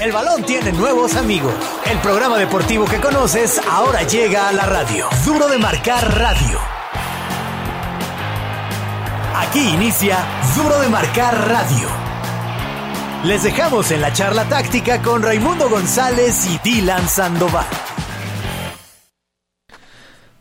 El balón tiene nuevos amigos. El programa deportivo que conoces ahora llega a la radio. Duro de marcar radio. Aquí inicia Duro de marcar radio. Les dejamos en la charla táctica con Raimundo González y Dylan Sandoval.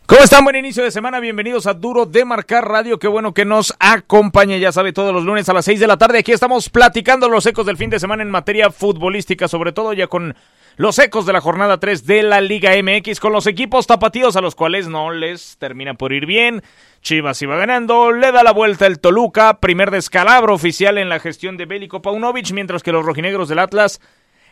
¿Cómo están? Buen inicio de semana. Bienvenidos a Duro de Marcar Radio. Qué bueno que nos acompañe. Ya sabe, todos los lunes a las 6 de la tarde. Aquí estamos platicando los ecos del fin de semana en materia futbolística, sobre todo ya con los ecos de la jornada 3 de la Liga MX, con los equipos tapatíos a los cuales no les termina por ir bien. Chivas iba ganando, le da la vuelta el Toluca, primer descalabro oficial en la gestión de Bélico Paunovic, mientras que los rojinegros del Atlas,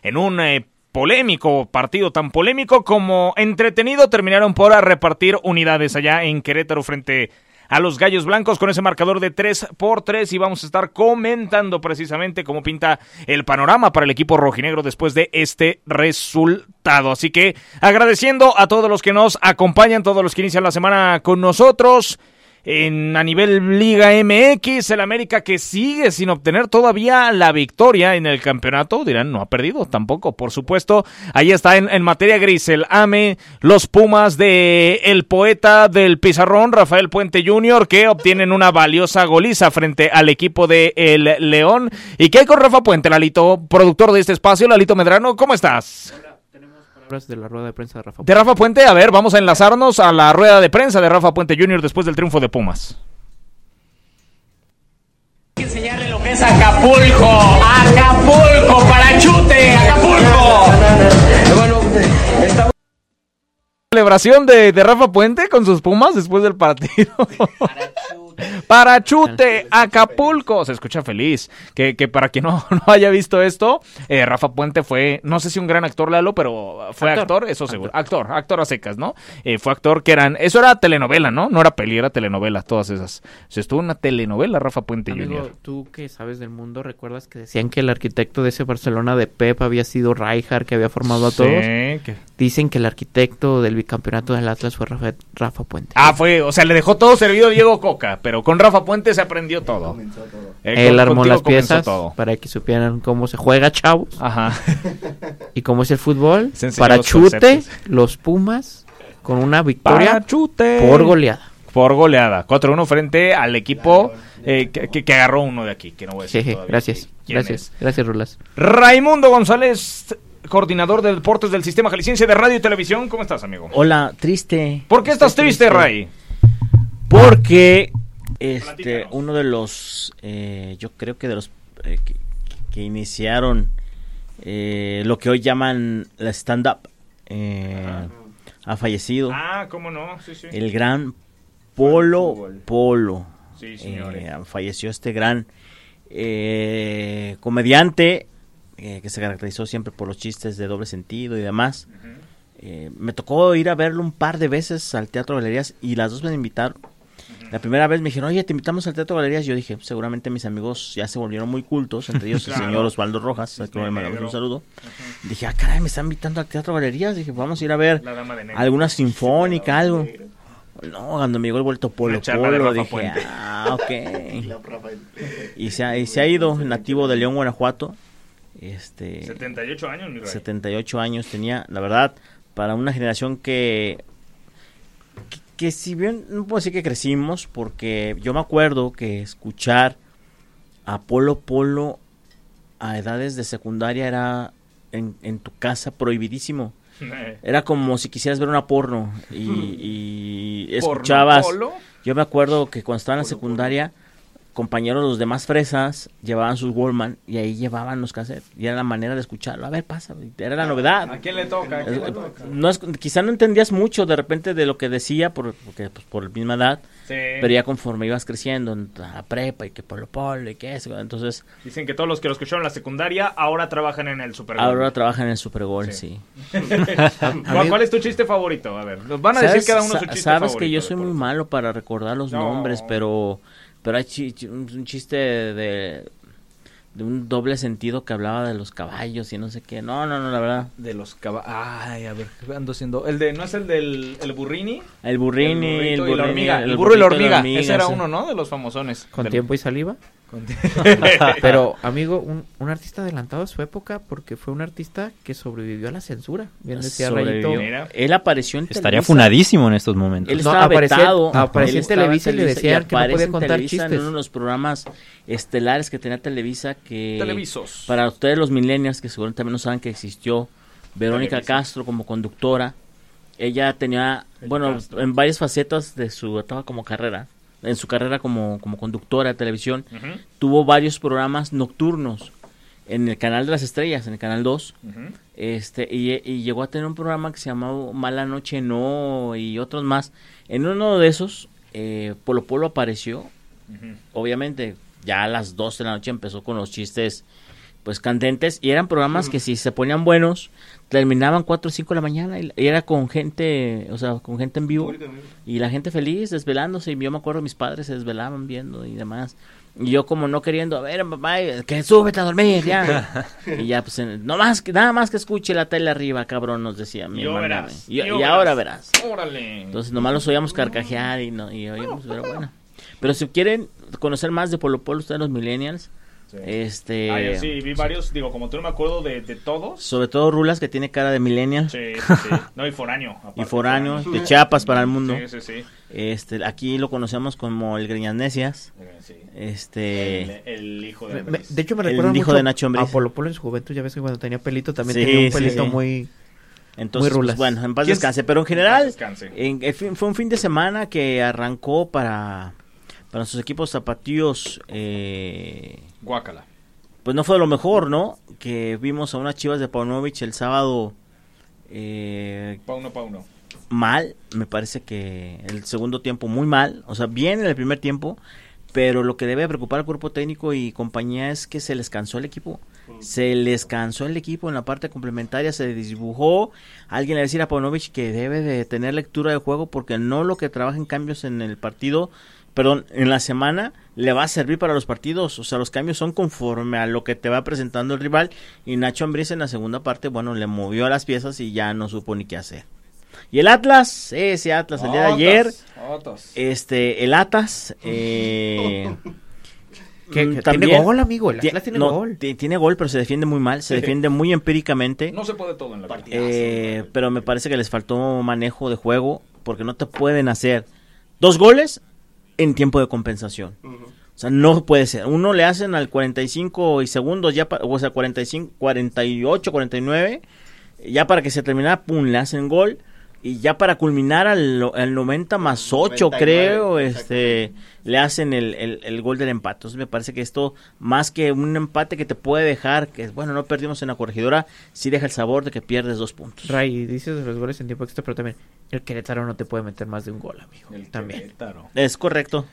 en un eh, polémico, partido tan polémico como entretenido, terminaron por repartir unidades allá en Querétaro frente a los Gallos Blancos con ese marcador de 3 por 3 y vamos a estar comentando precisamente cómo pinta el panorama para el equipo rojinegro después de este resultado. Así que agradeciendo a todos los que nos acompañan, todos los que inician la semana con nosotros. En, a nivel Liga MX, el América que sigue sin obtener todavía la victoria en el campeonato, dirán, no ha perdido tampoco, por supuesto. Ahí está en, en materia gris el AME, los Pumas de el poeta del pizarrón, Rafael Puente Jr., que obtienen una valiosa goliza frente al equipo de El León. ¿Y qué hay con Rafa Puente, Lalito, productor de este espacio? Lalito Medrano, ¿cómo estás? de la rueda de prensa de Rafa De Rafa Puente, a ver, vamos a enlazarnos a la rueda de prensa de Rafa Puente Jr. después del triunfo de Pumas. Hay que enseñarle lo que es Acapulco. Acapulco, para chute, Acapulco. Celebración de, de Rafa Puente con sus Pumas después del partido. Para chute, Acapulco. Se escucha feliz. Que, que para quien no, no haya visto esto, eh, Rafa Puente fue, no sé si un gran actor, Lalo, pero fue actor, Actor. eso seguro. Actor, actor a secas, ¿no? Eh, fue actor que eran, eso era telenovela, ¿no? No era peli, era telenovela, todas esas. Se estuvo en una telenovela, Rafa Puente Amigo, Jr. tú que sabes del mundo, ¿recuerdas que decían que el arquitecto de ese Barcelona de Pep había sido Rijkaard, que había formado a Sí, todos? que- Dicen que el arquitecto del bicampeonato del Atlas fue Rafa, Rafa Puente. Ah, fue, o sea, le dejó todo servido a Diego Coca, pero con Rafa Puente se aprendió todo. Eh, Él con- armó contigo las comenzó piezas todo. para que supieran cómo se juega, chavos, Ajá. y cómo es el fútbol. Se enseñó Para los chute, conceptos. los Pumas, con una Para victoria chute. por goleada. Por goleada. 4-1 frente al equipo eh, que, que- que agarró uno de aquí, que no voy a decir Jeje, todavía gracias, quién gracias, es. gracias, Rulas. Raimundo González, coordinador de deportes del Sistema Jalisciense de Radio y Televisión. ¿Cómo estás, amigo? Hola, triste. ¿Por qué estás triste, Ray? Porque este Platícanos. uno de los, eh, yo creo que de los eh, que, que iniciaron eh, lo que hoy llaman la stand-up eh, ha fallecido. Ah, cómo no. Sí, sí. El gran Polo Fútbol. Polo. Sí, señores. Eh, falleció este gran eh, comediante eh, que se caracterizó siempre por los chistes de doble sentido y demás. Eh, me tocó ir a verlo un par de veces al Teatro Galerías y las dos me invitaron. La primera vez me dijeron, oye, te invitamos al Teatro Galerías. Yo dije, seguramente mis amigos ya se volvieron muy cultos, entre ellos el Claro. señor Osvaldo Rojas, al que le mandamos negro. un saludo. Dije, ah, caray, me están invitando al Teatro Galerías. Dije, vamos a ir a ver La dama de negro. alguna sinfónica, algo. No, cuando me llegó el vuelto Polo La charla de Polo, Rafa dije, Puente. ah, ok. y, se ha, y se ha ido, nativo de León, Guanajuato. Eh, Este, 78 años, mi Ray. 78 años tenía, la verdad, para una generación que, que, que si bien, no puedo decir que crecimos, porque yo me acuerdo que escuchar a Polo Polo a edades de secundaria era en, en tu casa prohibidísimo. Era como si quisieras ver una porno y, y escuchabas. Porno Polo. Yo me acuerdo que cuando estaba en la secundaria, compañeros los demás fresas llevaban sus Wallman y ahí llevaban los cassettes. Y era la manera de escucharlo. A ver, pasa. Era la ¿A novedad. quién le toca? ¿A quién le toca? No es- quizá no entendías mucho de repente de lo que decía por, porque, pues, por la misma edad, pero ya conforme ibas creciendo, en la prepa y que polo polo y que eso. Entonces, Dicen que todos los que lo escucharon en la secundaria ahora trabajan en el Super Bowl. ahora trabajan en el Super Bowl, Sí. sí. ¿Cuál, cuál es tu chiste favorito? A ver, nos van a decir cada uno su sa- chiste sabes favorito que yo de soy Polo. muy malo para recordar los No. nombres, pero pero hay chi- chi- un un chiste de, de un doble sentido que hablaba de los caballos y no sé qué. No, no, no, la verdad. De los caballos. Ay, a ver, ¿qué ando haciendo? El de, ¿no es el del el burrini? El burrini, burrito el, y la burrini, hormiga. El, burro y la burrito hormiga. Ese era sí. uno, ¿no? De los famosones. ¿Con Del- tiempo y saliva? Pero, amigo, un, un artista adelantado a su época porque fue un artista que sobrevivivió a la censura. Bien decía Ah, Sobrevivió. Rayito. Mira. Él apareció en Estaría Televisa. funadísimo en estos momentos. Él No, estaba aparecía- vetado. aparecía Él en estaba Televisa y le decían que no aparece podía en contar Televisa En chistes. uno de los programas estelares que tenía Televisa que... Televisos. Para ustedes los millennials, que seguramente también no saben que existió Verónica Televisa. Castro como conductora. Ella tenía, El bueno, Castro. en varias facetas de su etapa como carrera, en su carrera como, como conductora de televisión, Ujú, tuvo varios programas nocturnos en el Canal de las Estrellas, en el Canal 2. ujú. Este, y, y llegó a tener un programa que se llamaba Mala Noche No y otros más. En uno de esos, eh, Polo Polo apareció. Obviamente, ya a las 12 de la noche empezó con los chistes pues candentes. Y eran programas que si se ponían buenos, terminaban 4 o 5 de la mañana. Y, y era con gente, o sea, con gente en vivo. Y la gente feliz, desvelándose. Y yo me acuerdo, mis padres se desvelaban viendo y demás. Y yo como no queriendo, a ver, papá, que súbete a dormir, ya. y ya, pues, en- no más, que- nada más que escuche la tele arriba, cabrón, nos decía mi Y ahora hermana. verás, Y, y y ahora ahora verás. verás. Órale. Entonces nomás los oíamos carcajear y, no, y oíamos, pero bueno. Pero si quieren conocer más de Polo Polo, ustedes los millennials, Sí. este... Ah, yo sí, vi varios, digo, como tú no me acuerdo de, de todos. Sobre todo Rulas, que tiene cara de millennial. Sí, sí, sí. No, y foráneo. aparte, Y foráneo, de Chiapas para el mundo. Sí, sí, sí. Este, aquí lo conocemos como el Griñanesias. Sí. Este... El, el hijo de Me- me- Andrés. de hecho, me El recuerda hijo mucho de Nacho Ambriz. a Polo Polo en su juventud. Ya ves que cuando tenía pelito también Sí, tenía un sí, pelito sí. muy... Entonces, Muy pues, rulas. bueno, en paz ¿Quién- descanse. Pero en general, descanse. en- en fin- fue un fin de semana que arrancó para, para sus equipos zapatíos. eh, Guácala. pues no fue lo mejor, ¿no? Que vimos a unas chivas de Paunovic el sábado eh, Pauno, pauno. mal. Me parece que el segundo tiempo muy mal. O sea, bien en el primer tiempo. Pero lo que debe preocupar al cuerpo técnico y compañía es que se les cansó el equipo. Se les cansó el equipo en la parte complementaria, se desdibujó. Alguien le decía a Paunovic que debe de tener lectura de juego porque no lo que trabaja en cambios en el partido, perdón, en la semana le va a servir para los partidos. O sea, los cambios son conforme a lo que te va presentando el rival. Y Nacho Ambriz en la segunda parte, bueno, le movió las piezas y ya no supo ni qué hacer. Y el Atlas, ese Atlas el día de ayer, Otos. este, el Atas, eh, que- mm, que también- Tiene gol, amigo. El Tie- Atlas tiene no, gol. ti- Tiene gol, pero se defiende muy mal, se defiende muy empíricamente. No se puede Ah, todo en la partida. eh, pero me parece que les faltó manejo de juego porque no te pueden hacer dos goles en tiempo de compensación. O sea, no puede ser. Uno le hacen al 45 y segundos, ya pa- o sea, 45, 48, 49, ya para que se terminara, pum, le hacen gol. Y ya para culminar al, no- al 90 más 8, 99, creo, este le hacen el, el- el gol del empate. Entonces me parece que esto, más que un empate que te puede dejar, que bueno, no perdimos en la corregidora, sí deja el sabor de que pierdes dos puntos. Ray, dices de los goles en tiempo extra, pero también el Querétaro no te puede meter más de un gol, amigo. también. Querétaro. Es correcto.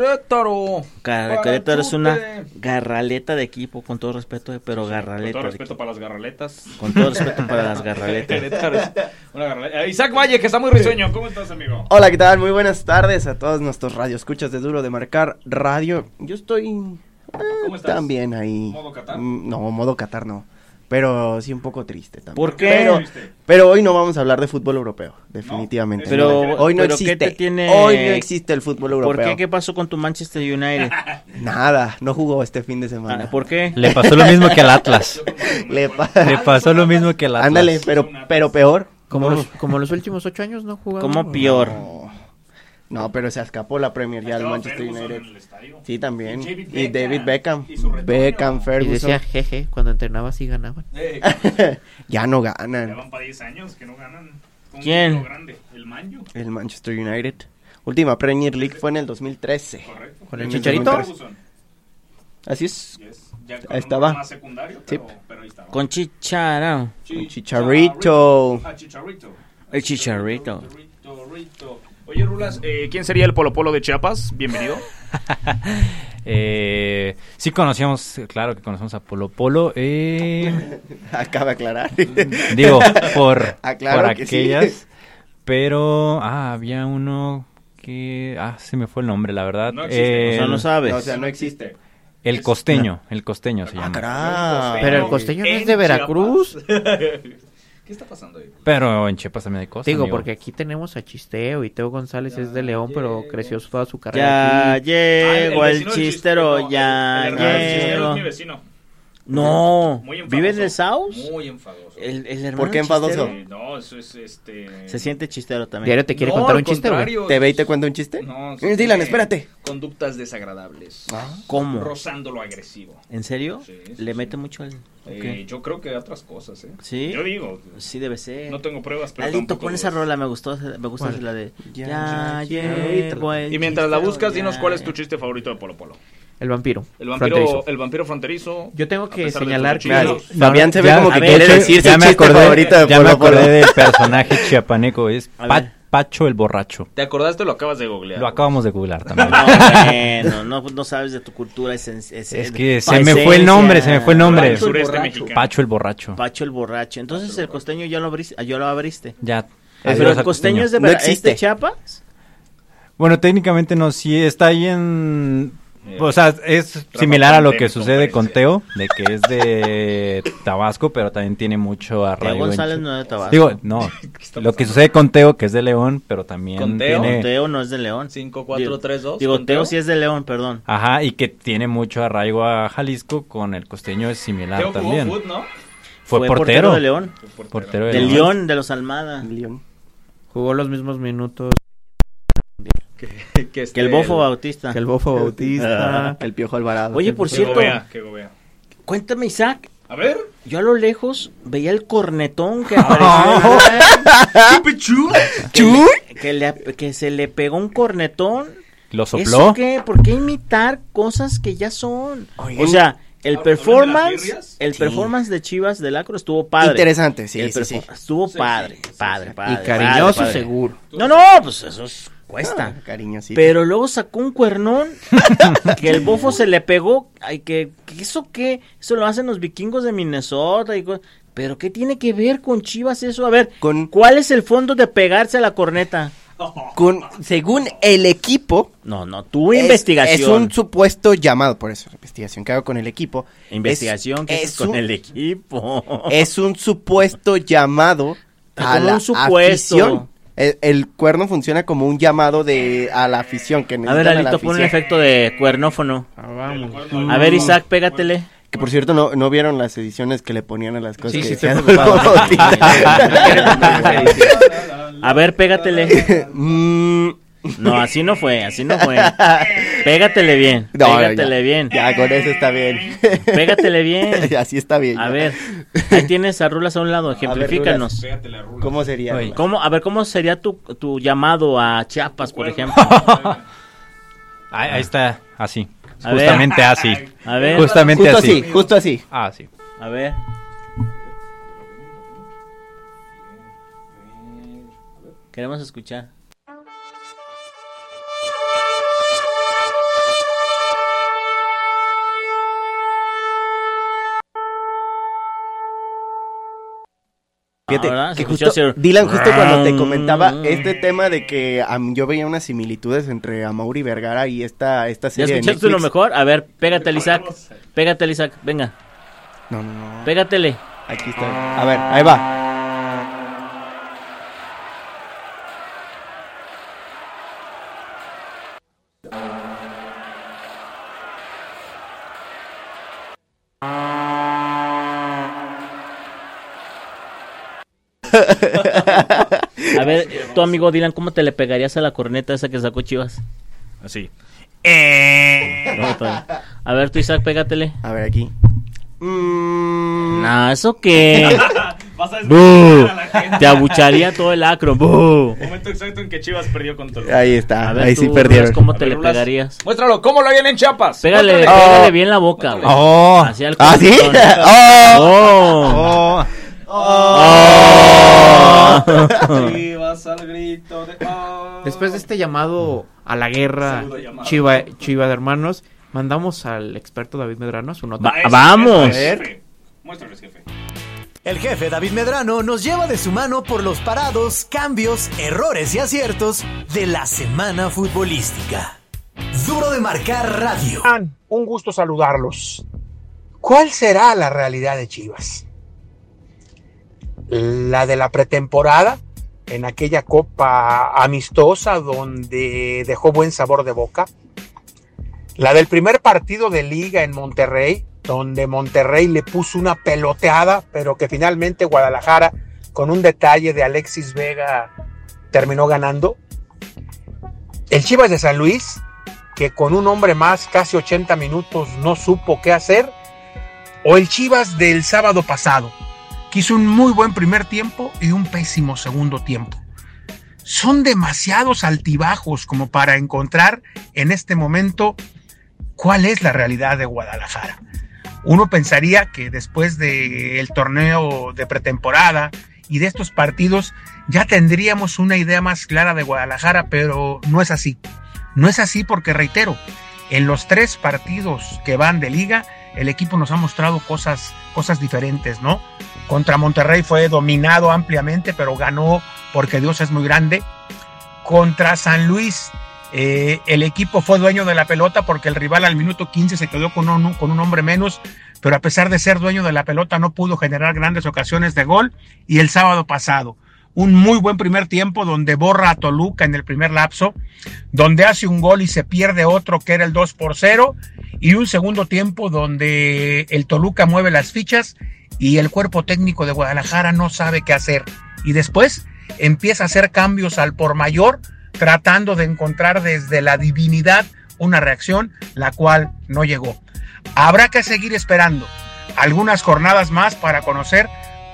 Querétaro. Car- Para Querétaro es una Chute. garraleta de equipo, con todo respeto, eh, pero Con garraleta. todo de respeto equipo. para las garraletas. Con todo respeto para las garraletas. Querétaro es una garraleta. Eh, Isaac Valle, que está muy risueño. ¿Cómo estás, amigo? Hola, ¿qué tal? Muy buenas tardes a todos nuestros radioescuchas de Duro de Marcar Radio. Yo estoy eh, ¿Cómo estás? también ahí. ¿Modo Qatar? Mm, No, modo Qatar no. Pero sí un poco triste también. ¿Por Pero, qué? pero hoy no vamos a hablar de fútbol europeo, definitivamente. Pero- No. hoy no pero ¿qué existe. te tiene- Hoy no existe el fútbol europeo. ¿Por qué? ¿Qué pasó con tu Manchester United? Ah, Nada, no jugó este fin de semana. ¿Por qué? Le pasó lo mismo que al Atlas. Le pa- Le pasó lo mismo que al Atlas. Ándale, pero, pero peor. Como los, como los últimos ocho años no jugaba. ¿Cómo peor? No. No, pero se escapó la Premier ya al Estaba Manchester Ferguson United. en el estadio. Sí, también. Y David Y David Beckham. Beckham. Y su retoño. Beckham, Y decía, Ferguson. jeje, cuando entrenaba sí ganaban. Eh, ya no ya ganan van para 10 años que no ganan. Con ¿Quién? un título grande, el Manju. el Manchester United. Última Premier League fue en el 2013. Correcto. ¿Con el En Chicharito? 2013. Ferguson, Así es. yes. Ya con Ahí un estaba. rol más secundario, pero, Sí. pero ahí estaba. Con Chicharito. Con Chicharito. Ah, Chicharito. El Chicharito. Rito, Rito. Oye, Rulas, eh, ¿quién sería el Polo Polo de Chiapas? Bienvenido. Eh, sí conocíamos, eh, claro que conocemos a Polo Polo. eh, Acaba de aclarar. Mm, digo, por, Ah, claro por que sí. aquellas. Pero, ah, había uno que... Ah, se me fue el nombre, la verdad. No existe, O sea, El- no sabes. No, o sea, no existe. El costeño, el costeño se Ah, llama. caray. Pero el costeño no es de Veracruz. ¿Qué ¿Qué está pasando ahí? Pero en Chiapas también hay cosas. Digo, amigo. porque aquí tenemos a Chisteo y Teo González es de León, pero creció su- toda su carrera. Ya aquí. llegó Ah, el, vecino del chistero, no, el- ya el hermano del chistero llegó. es mi vecino. No, Muy enfadoso. ¿vive en el South? Muy enfadoso. El, el hermano ¿Por qué del enfadoso? chistero. Eh, no, eso es este. Se siente chistero también. Diario te quiere No, contar al un chiste, güey. contrario, ¿Te ve y es- te cuenta un chiste? No, sí Eh, Dylan, tiene espérate. Ah. Conductas desagradables. ¿Cómo? Rozando lo agresivo. ¿En serio? Sí, sí, Le sí. mete mucho el... Eh, yo creo que otras cosas, ¿eh? ¿Sí? Yo digo, Sí debe ser. no tengo pruebas, pero Lalito, tampoco pon esa dudas. rola, me gustó, esa- me gusta ¿Cuál? esa la de... Ya, Ya, ya, llegó el Y mientras la chistero, buscas, ya. dinos cuál es tu chiste favorito de Polo Polo. El vampiro. El vampiro fronterizo. fronterizo. El vampiro fronterizo Yo tengo a que pesar de señalar tus que... cuchillos. Claro. Fabián se ve Ya, como a que ver, quiere de hecho, decirse ya el me chiste acordé, favorito ya de me Polo Polo. acordé del personaje chiapaneco, es A Pa- ver. Pacho el borracho. ¿Te acordaste o lo acabas de googlear? Lo acabamos de googlear también. No, bueno, no, no sabes de tu cultura. Es, Es que se me fue el nombre, se me fue el nombre. Del sureste mexicano. Pacho el borracho. Pacho el borracho. Entonces el costeño ya lo abriste. ah, Ya lo abriste. Ya. Pero Adiós el al costeño es de, No Vera- ¿es de existe. Chiapas. Bueno, técnicamente no, sí está ahí en... Eh, O sea, es similar a lo que Pontén, sucede con conferencia. Teo, de que es de Tabasco, pero también tiene mucho Teo arraigo. en González Chi- no es de Tabasco. Digo, no, lo que sucede con Teo, que es de León, pero también Con Teo, tiene... No, Teo no es de León. 5, 4, 3, 2. Digo, Teo sí es de León, perdón. Ajá, y que tiene mucho arraigo a Jalisco, con el costeño es similar Teo jugó también. fut, ¿no? Fue, portero. de León. Portero de Del León. León, de los Almada. León. Jugó los mismos minutos que, este- Que el Bofo Bautista. que el Bofo Bautista. El Piojo Alvarado. Oye, por que cierto, gobea, que gobea. cuéntame, Isaac. A ver. Yo a lo lejos veía el cornetón que apareció. que, le- que le- que se le pegó un cornetón. Lo sopló. ¿Eso qué? ¿Por qué imitar cosas que ya son? Oigan. o sea, ¿Hablan de el las performance, birrias? el Sí. performance de Chivas del Acro estuvo padre. Interesante, sí, El sí, perfo- sí. Estuvo padre, padre, padre, y cariñoso padre, padre. seguro. No, no, pues eso es- cuesta. Ah, cariñosito. Pero luego sacó un cuernón que el bofo se le pegó. Ay, que, que ¿Eso qué? Eso lo hacen los vikingos de Minnesota. Y co- ¿Pero qué tiene que ver con Chivas eso? A ver, Con- ¿cuál es el fondo de pegarse a la corneta? Con- según el equipo, No, no, tu es- investigación. Es un supuesto llamado, por eso, investigación que hago con el equipo. Investigación que es, haces es con un, el equipo. Es un supuesto llamado a Como la un supuesto. afición. El, el cuerno funciona como un llamado de a la afición que A ver, necesitan la Alito, pon un afición. efecto de cuernófono. Vamos. A ver, Isaac, pégatele. Que por cierto, no, no vieron las ediciones que le ponían a las cosas Sí, que sí, estoy decían preocupado. Don Bautista. A ver, pégatele. Mm, No, así no fue, así no fue. Pégatele bien. No, no, pégatele ya. bien. Ya, con eso está bien. Pégatele bien. Así está bien. A ya. ver, ahí tienes a Rulas a un lado, ejemplifícanos. Pégate la rula. ¿Cómo sería? Oye. ¿Cómo, a ver, ¿cómo sería tu, tu llamado a Chiapas, por ejemplo? Ahí, ahí está, así. A ver. Justamente así. A ver, Justamente Justo así. así, justo así. Ah, sí. a ver. Queremos escuchar. Fíjate, Ahora Ah, se que escuchó justo, hacer- Dylan, justo cuando te Mm. comentaba este tema de que am, yo veía unas similitudes entre Amaury Vergara y esta, esta ¿Ya serie de escuchaste Netflix. lo mejor? A ver, pégatele, Isaac. Pégatele, Isaac. Venga, No, no, no. pégatele. Aquí está. A ver, ahí va. A ver, tu amigo Dylan, ¿cómo te le pegarías a la corneta esa que sacó Chivas? Así. Eh. No, todavía. A ver, tú Isaac, pégatele. A ver, aquí. Mm, No, ¿eso qué? Vas a ¡Bú! despertar a la gente. Te abucharía todo el acro. ¡Bú! Momento exacto en que Chivas perdió con Toluca. Ahí está. A ver, ahí tú, sí Rulas, perdieron. ¿Cómo A te ver, le Rulas, pegarías? Muéstralo, ¿cómo lo harían en Chiapas? Pégale, Muéstrale. pégale bien la boca. güey. Oh, Así al ¿Ah, sí? cornetón. ¡Oh! ¡Oh! oh. Oh. Oh. Sí, vas al grito de... ¡Ah! Después de este llamado a la guerra Pseudo llamado. chiva, chiva de hermanos, mandamos al experto David Medrano a su nota. Va- vamos. jefe. Muéstrales, jefe. El jefe David Medrano nos lleva de su mano por los parados, cambios, errores y aciertos de la semana futbolística. Duro de marcar radio. Juan, un gusto saludarlos. ¿Cuál será la realidad de Chivas? la de la pretemporada, en aquella copa amistosa donde dejó buen sabor de boca, la del primer partido de liga en Monterrey, donde Monterrey le puso una peloteada, pero que finalmente Guadalajara, con un detalle de Alexis Vega, terminó ganando. El Chivas de San Luis, que con un hombre más, casi 80 minutos, no supo qué hacer. O el Chivas del sábado pasado, que hizo un muy buen primer tiempo y un pésimo segundo tiempo. Son demasiados altibajos como para encontrar en este momento cuál es la realidad de Guadalajara. Uno pensaría que después del torneo de pretemporada y de estos partidos ya tendríamos una idea más clara de Guadalajara, pero no es así. No es así porque, reitero, en los tres partidos que van de liga, el equipo nos ha mostrado cosas, cosas diferentes, ¿no? Contra Monterrey fue dominado ampliamente, pero ganó porque Dios es muy grande. Contra San Luis, eh, el equipo fue dueño de la pelota porque el rival al minuto 15 se quedó con un, con un hombre menos, pero a pesar de ser dueño de la pelota no pudo generar grandes ocasiones de gol. Y el sábado pasado, un muy buen primer tiempo donde borra a Toluca en el primer lapso, donde hace un gol y se pierde otro que era el 2 por 0, y un segundo tiempo donde el Toluca mueve las fichas y el cuerpo técnico de Guadalajara no sabe qué hacer. Y después empieza a hacer cambios al por mayor, tratando de encontrar desde la divinidad una reacción, la cual no llegó. Habrá que seguir esperando algunas jornadas más para conocer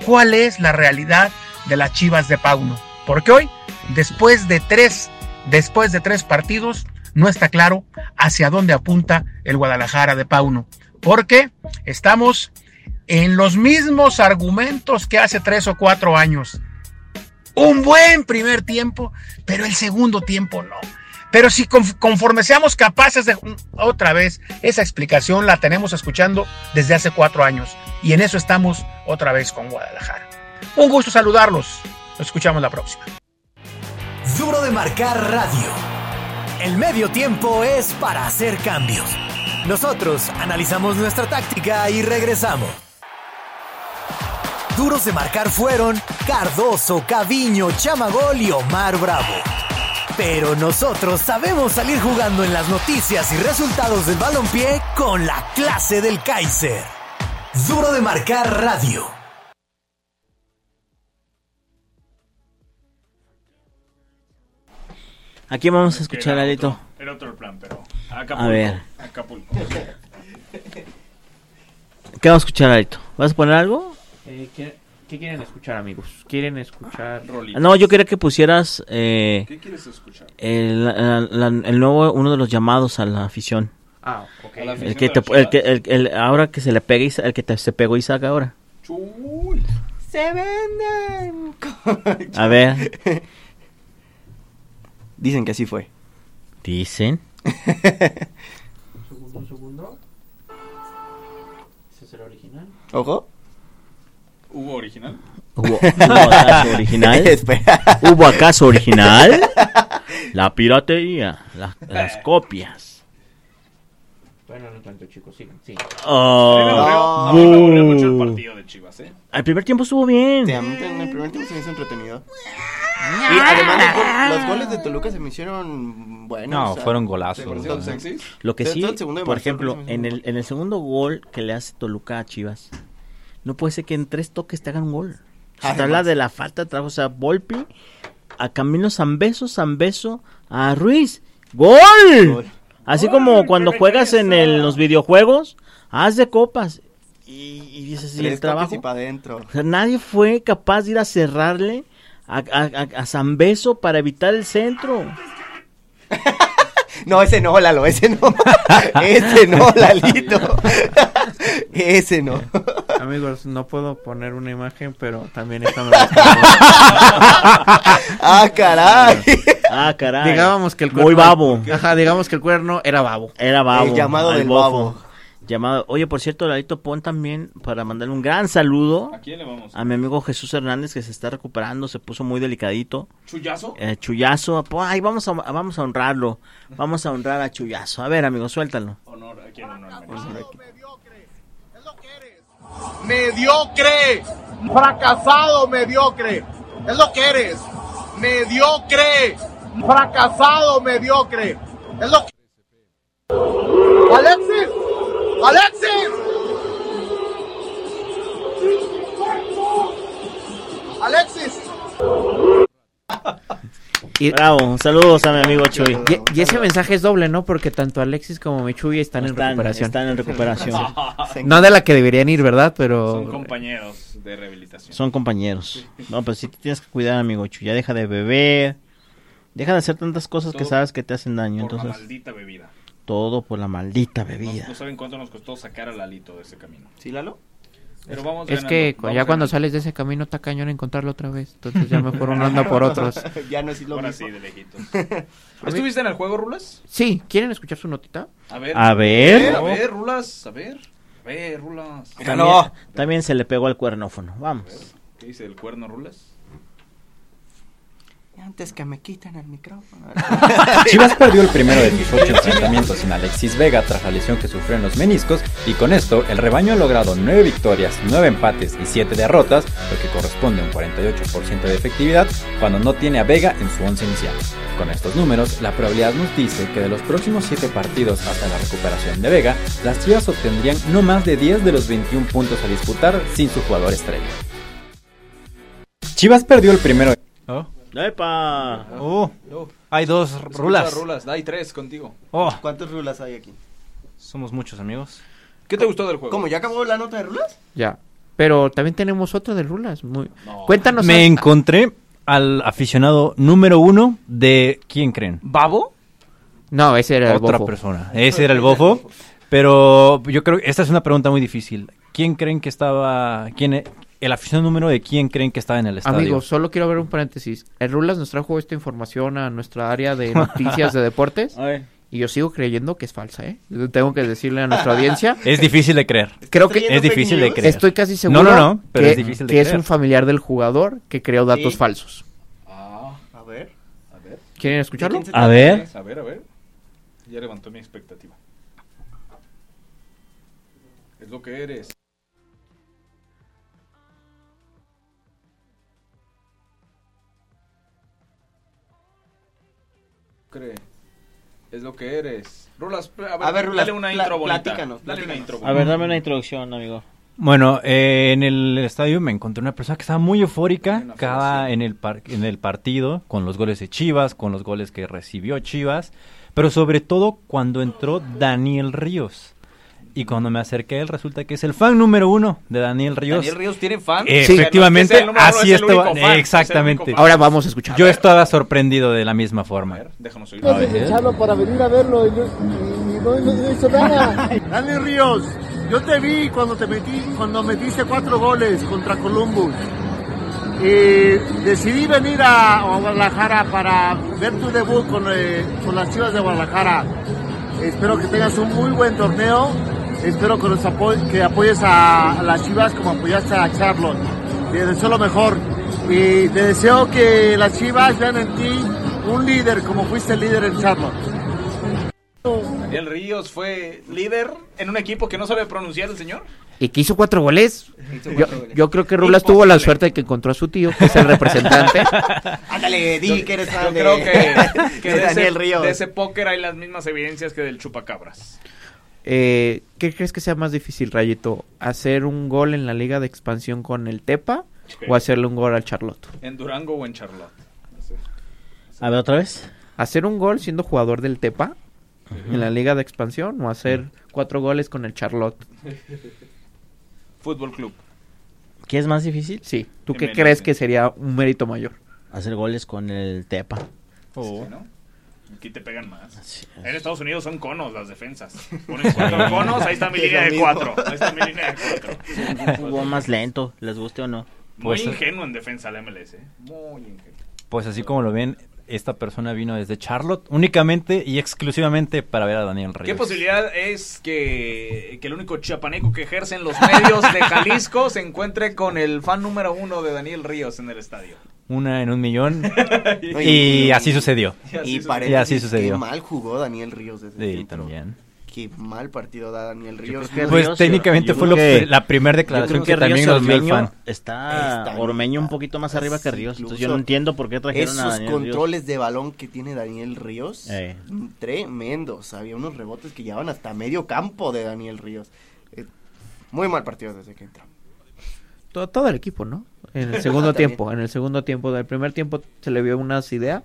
cuál es la realidad de las Chivas de Pauno. Porque hoy, después de tres, después de tres partidos, no está claro hacia dónde apunta el Guadalajara de Pauno. Porque estamos en los mismos argumentos que hace tres o cuatro años. Un buen primer tiempo, pero el segundo tiempo no. Pero si con- conforme seamos capaces de... Otra vez, esa explicación la tenemos escuchando desde hace cuatro años. Y en eso estamos otra vez con Guadalajara. Un gusto saludarlos. Nos escuchamos la próxima. Duro de marcar radio. El medio tiempo es para hacer cambios. Nosotros analizamos nuestra táctica y regresamos. Duros de marcar fueron Cardoso, Caviño, Chamagol y Omar Bravo. Pero nosotros sabemos salir jugando en las noticias y resultados del balompié con la clase del Kaiser. Duro de marcar radio. ¿A quién vamos a escuchar, Alito? Era otro plan, pero. A ver. Acapulco. ¿Qué vamos a escuchar, Alito? ¿Vas a poner algo? Eh, ¿qué, qué quieren escuchar, amigos? ¿Quieren escuchar Ah, No, yo quería que pusieras eh, ¿Qué quieres escuchar? el, la- la- el nuevo, uno de los llamados a la afición. Ah, ok. A la afición El que de te, las el que, el, el- ahora que se le pegue, Isaac- el que te- se pegó Isaac ahora. Chuy. Se venden. A ver, Dicen que así fue. dicen. Segundo, un segundo. ¿Ese es el original? Ojo. ¿Hubo original? ¿Hubo, hubo acaso original? Espera. ¿Hubo acaso original? La piratería, la- las copias. Bueno, no tanto, chicos. Sigan, sí. Oh, No. A mí me aburrió mucho el partido de Chivas, ¿eh? al primer tiempo estuvo bien. Te amo, te- En el primer tiempo se me hizo entretenido. Y además los, gol- los goles de Toluca se me hicieron buenos. No, o sea, fueron se golazos. me hicieron ¿Son sexys? Lo que Todo- sí, todo el segundo de por Marcelo ejemplo, Ruiz me en hizo el, en el segundo gol que le hace Toluca a Chivas, no puede ser que en tres toques te hagan un gol. Se te Además. habla de la falta de trabajo. O sea, Volpi, a Camino Zambeso, Zambeso, a Ruiz. ¡Gol! Gol. Así ¡Gol! como cuando ¡Qué juegas en belleza! el- los videojuegos, haz de copas. Y, y dices, ¿y Tres el trabajo? copias y pa' adentro. O sea, nadie fue capaz de ir a cerrarle a, a, a- a Zambeso para evitar el centro. No, ese no, Lalo, ese no. Ah. ese Este, no, Lalito. ese no. Eh, Amigos, no puedo poner una imagen, pero también esta me gusta. ah, caray. Ah, caray. Digábamos que el cuerno. Muy babo. Ajá, digamos que el cuerno era babo. Era babo. El llamado al del bofo. babo. Llamado. Oye, por cierto, Lalito Pon también para mandarle un gran saludo ¿A quién le vamos? a mi amigo Jesús Hernández que se está recuperando, se puso muy delicadito. ¿Chullazo? Eh, chullazo, po- ay, vamos a, vamos a honrarlo. Vamos a honrar a Chullazo. A ver, amigo, suéltalo. Honor, ¿a quién honor? mediocre, fracasado mediocre, es lo que eres, mediocre, fracasado mediocre, es lo que... Alexis, Alexis, Alexis. Bravo, saludos a mi amigo Chuy. Y, y ese mensaje es doble, ¿no? Porque tanto Alexis como Mechuy están, en recuperación. Están en recuperación. No de la que deberían ir, ¿verdad? Pero... Son compañeros de rehabilitación. Son compañeros. No, pero sí te tienes que cuidar, amigo Chuy. Ya deja de beber. Deja de hacer tantas cosas que Todo sabes que te hacen daño. Por la Entonces, maldita bebida. todo por la maldita No, bebida. no saben cuánto nos costó sacar al Alito de ese camino. ¿Sí, Lalo? Pero vamos Es ganando, que cu- vamos ya cuando ganando. sales de ese camino está cañón encontrarlo otra vez. Entonces ya mejor uno anda por otros. ya no es lo Ahora mismo. sí, de lejitos. ¿Estuviste en el juego, Rulas? Sí, ¿quieren escuchar su notita? A ver. A ver. A ver, Rulas. A ver. A ver, Rulas. También, también se le pegó al cuernófono. Vamos. ¿Qué dice el cuerno, Rulas? Antes que me quitan el micrófono. Chivas perdió el primero de sus ocho enfrentamientos sin Alexis Vega tras la lesión que sufrió en los meniscos y con esto el rebaño ha logrado nueve victorias, nueve empates y siete derrotas, lo que corresponde a un 48% de efectividad cuando no tiene a Vega en su once inicial. Con estos números, la probabilidad nos dice que de los próximos siete partidos hasta la recuperación de Vega, las Chivas obtendrían no más de 10 de los 21 puntos a disputar sin su jugador estrella. Chivas perdió el primero. ¡Epa! Oh, hay dos Oh. Escucha, Rulas, hay tres contigo. ¿Cuántos rulas hay aquí? somos muchos amigos. ¿Qué te gustó del juego? ¿Cómo? ¿Ya acabó la nota de rulas? Ya. Pero también tenemos otra de Rulas. Muy... No. Cuéntanos. Me a- encontré al aficionado número uno de ¿quién creen? ¿Babo? No, ese era el Otra bofo. persona. Ese era el bofo. Pero yo creo que esta es una pregunta muy difícil. ¿Quién creen que estaba? ¿Quién e- el aficionado número de quién creen que estaba en el estadio? Amigos, solo quiero ver un paréntesis. El Rulas nos trajo esta información a nuestra área de noticias de deportes A ver. y yo sigo creyendo que es falsa, ¿eh? Tengo que decirle a nuestra audiencia. Es difícil de creer. Creo que Es difícil de creer. estoy casi No, seguro no, no, pero que, es difícil de que es creer. un familiar del jugador que creó datos Sí. falsos. Ah, A ver. a ver. ¿Quieren escucharlo? ¿De quién A ver. A ver, a ver. Ya levantó mi expectativa. Es lo que eres. Cree. Es lo que eres. Rulas, pl- a ver, A ver, Rulas, dale una pla- intro bonita. platícanos, dale una platícanos. intro A ver, bonita. dame una introducción, amigo. Bueno, eh, en el estadio me encontré una persona que estaba muy eufórica cada en el par- en el partido con los goles de Chivas, con los goles que recibió Chivas, pero sobre todo cuando entró Daniel Ríos. Y cuando me acerqué a él resulta que es el fan número uno de Daniel Ríos. Daniel Ríos tiene Eh, fan. O sea, no es que efectivamente, sea el número uno, así es el estaba- único fan, es el exactamente. único fan. Ahora vamos a escuchar. Yo estaba sorprendido de la misma forma. A ver, déjanos oír. para venir a verlo y no, hizo nada. Dani Ríos, yo te vi cuando te metí, cuando metiste cuatro goles contra Columbus. Y decidí venir a Guadalajara para ver tu debut con, eh, con las Chivas de Guadalajara. Espero que tengas un muy buen torneo. Espero que, nos apo- que apoyes a, a las Chivas como apoyaste a Charlotte. Te deseo lo mejor. Y te deseo que las Chivas vean en ti un líder como fuiste líder en Charlotte. Daniel Ríos fue líder en un equipo que no sabe pronunciar el señor. ¿Y que hizo cuatro goles? Hizo Yo, cuatro goles. yo creo que Rulas tuvo la suerte de que encontró a su tío, que es el representante. Ándale, di que eres Yo fan de- creo que, que de de, Daniel ese, Ríos. de ese póker hay las mismas evidencias que del chupacabras. Eh, ¿Qué crees que sea más difícil, Rayito? ¿Hacer un gol en la liga de expansión con el Tepa o hacerle un gol al Charlotte? En Durango o en Charlotte. A ver, otra vez. ¿Hacer un gol siendo jugador del Tepa en la liga de expansión o hacer cuatro goles con el Charlotte? Fútbol Club. ¿Qué es más difícil? Sí. ¿Tú qué Emelec. crees que sería un mérito mayor? Hacer goles con el Tepa. Sí, ¿no? Aquí te pegan más. Sí. En Estados Unidos son conos las defensas. Ponen cuatro conos, ahí está mi línea de cuatro. Ahí está mi línea de cuatro. Jugó más lento, les guste o no. Muy Pues- ingenuo en defensa la MLS. ¿eh? Muy ingenuo. Pues así como lo ven, esta persona vino desde Charlotte únicamente y exclusivamente para ver a Daniel Ríos. ¿Qué posibilidad es que, que el único chiapaneco que ejerce en los medios de Jalisco se encuentre con el fan número uno de Daniel Ríos en el estadio? Una en un millón. Oye, y así sucedió. Y, así sucedió. paréntesis, Y así sucedió. Qué mal jugó Daniel Ríos desde Sí, también. qué mal partido da Daniel Ríos. creo que Pues, Ríos- técnicamente Yo fue creo lo- que- la primera declaración yo creo que también Ríos nos dio el Ormeño fan. Está, Está Ormeño un poquito más arriba que Ríos. Entonces yo no Incluso entiendo por qué trajeron a Esos Daniel Ríos. controles de balón que tiene Daniel Ríos, Eh. mm, tremendos. Había unos rebotes que llevaban hasta medio campo de Daniel Ríos. Eh, muy mal partido desde que entró. todo, todo el equipo, ¿no? En el segundo También. tiempo, en el segundo tiempo, del primer tiempo se le vio unas ideas,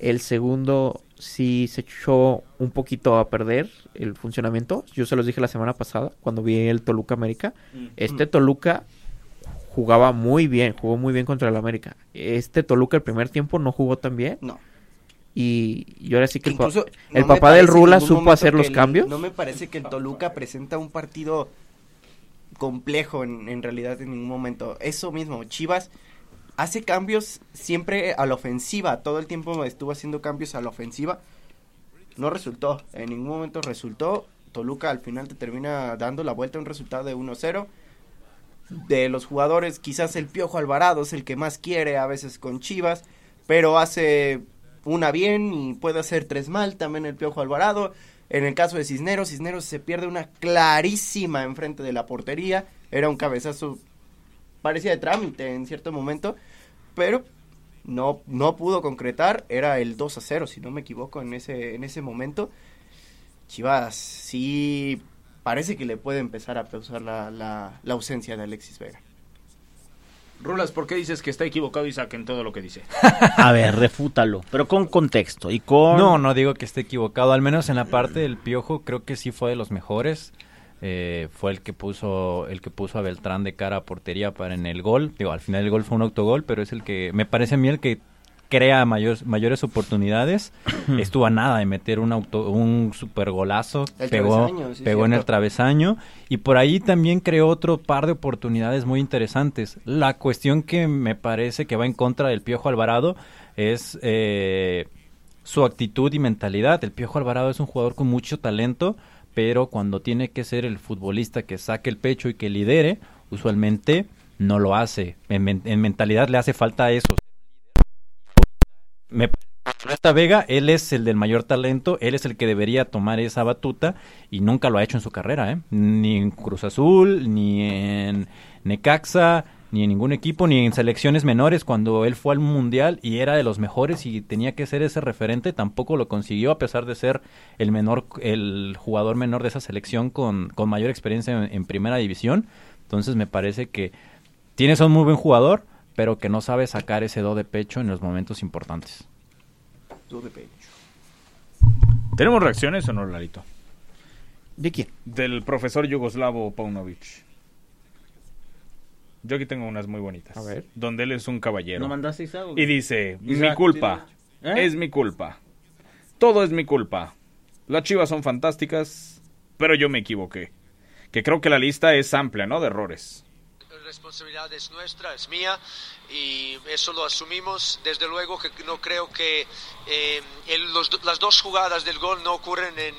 el segundo sí se echó un poquito a perder el funcionamiento, yo se los dije la semana pasada cuando vi el Toluca América, Mm. este Toluca jugaba muy bien, jugó muy bien contra el América, este Toluca el primer tiempo no jugó tan bien. No. Y, y ahora sí que el, pa- Incluso, el no me papá parece del en Rula ningún supo momento hacer que los el- cambios. No me parece que el Toluca presenta un partido complejo en, en realidad en ningún momento. Eso mismo, Chivas hace cambios siempre a la ofensiva. Todo el tiempo estuvo haciendo cambios a la ofensiva. No resultó, en ningún momento resultó. Toluca al final te termina dando la vuelta a un resultado de 1-0. De los jugadores, quizás el Piojo Alvarado es el que más quiere a veces con Chivas, pero hace una bien y puede hacer tres mal también el Piojo Alvarado. En el caso de Cisneros, Cisneros se pierde una clarísima enfrente de la portería. Era un cabezazo, parecía de trámite en cierto momento, pero no, no pudo concretar. Era el 2 a 0, si no me equivoco, en ese, en ese momento. Chivas, sí, parece que le puede empezar a pesar la, la- la ausencia de Alexis Vega. Rulas, ¿por qué dices que está equivocado Isaac en todo lo que dice? A ver, refútalo. Pero con contexto y con... No, no digo que esté equivocado. Al menos en la parte del piojo, creo que sí fue de los mejores. Eh, fue el que puso el que puso a Beltrán de cara a portería para en el gol. Digo, al final el gol fue un autogol, pero es el que me parece a mí el que crea mayores mayores oportunidades. Estuvo a nada de meter un auto un super golazo, El pegó travesaño, sí, pegó en cierto. el travesaño y por ahí también creó otro par de oportunidades muy interesantes. La cuestión que me parece que va en contra del Piojo Alvarado es eh, su actitud y mentalidad. El Piojo Alvarado es un jugador con mucho talento, pero cuando tiene que ser el futbolista que saque el pecho y que lidere, usualmente no lo hace. En, men- en mentalidad le hace falta eso. Me esta Vega, él es el del mayor talento, él es el que debería tomar esa batuta y nunca lo ha hecho en su carrera, ¿eh? Ni en Cruz Azul, ni en Necaxa, ni en ningún equipo, ni en selecciones menores. Cuando él fue al Mundial y era de los mejores y tenía que ser ese referente, tampoco lo consiguió, a pesar de ser el menor, el jugador menor de esa selección con, con mayor experiencia en, en primera división. Entonces me parece que tienes a un muy buen jugador, pero que no sabe sacar ese do de pecho en los momentos importantes. Tú de pecho. ¿Tenemos reacciones o no, Larito? ¿De quién? Del profesor yugoslavo Paunovic. Yo aquí tengo unas muy bonitas. A ver. Donde él es un caballero. ¿No mandaste algo? Y dice, Isaac, mi culpa, ¿Eh? es mi culpa, todo es mi culpa. Las chivas son fantásticas, pero yo me equivoqué. Que creo que la lista es amplia, ¿no? De errores. responsabilidad es nuestra, es mía y eso lo asumimos. Desde luego que no creo que eh, el- los do- las dos jugadas del gol no ocurren en,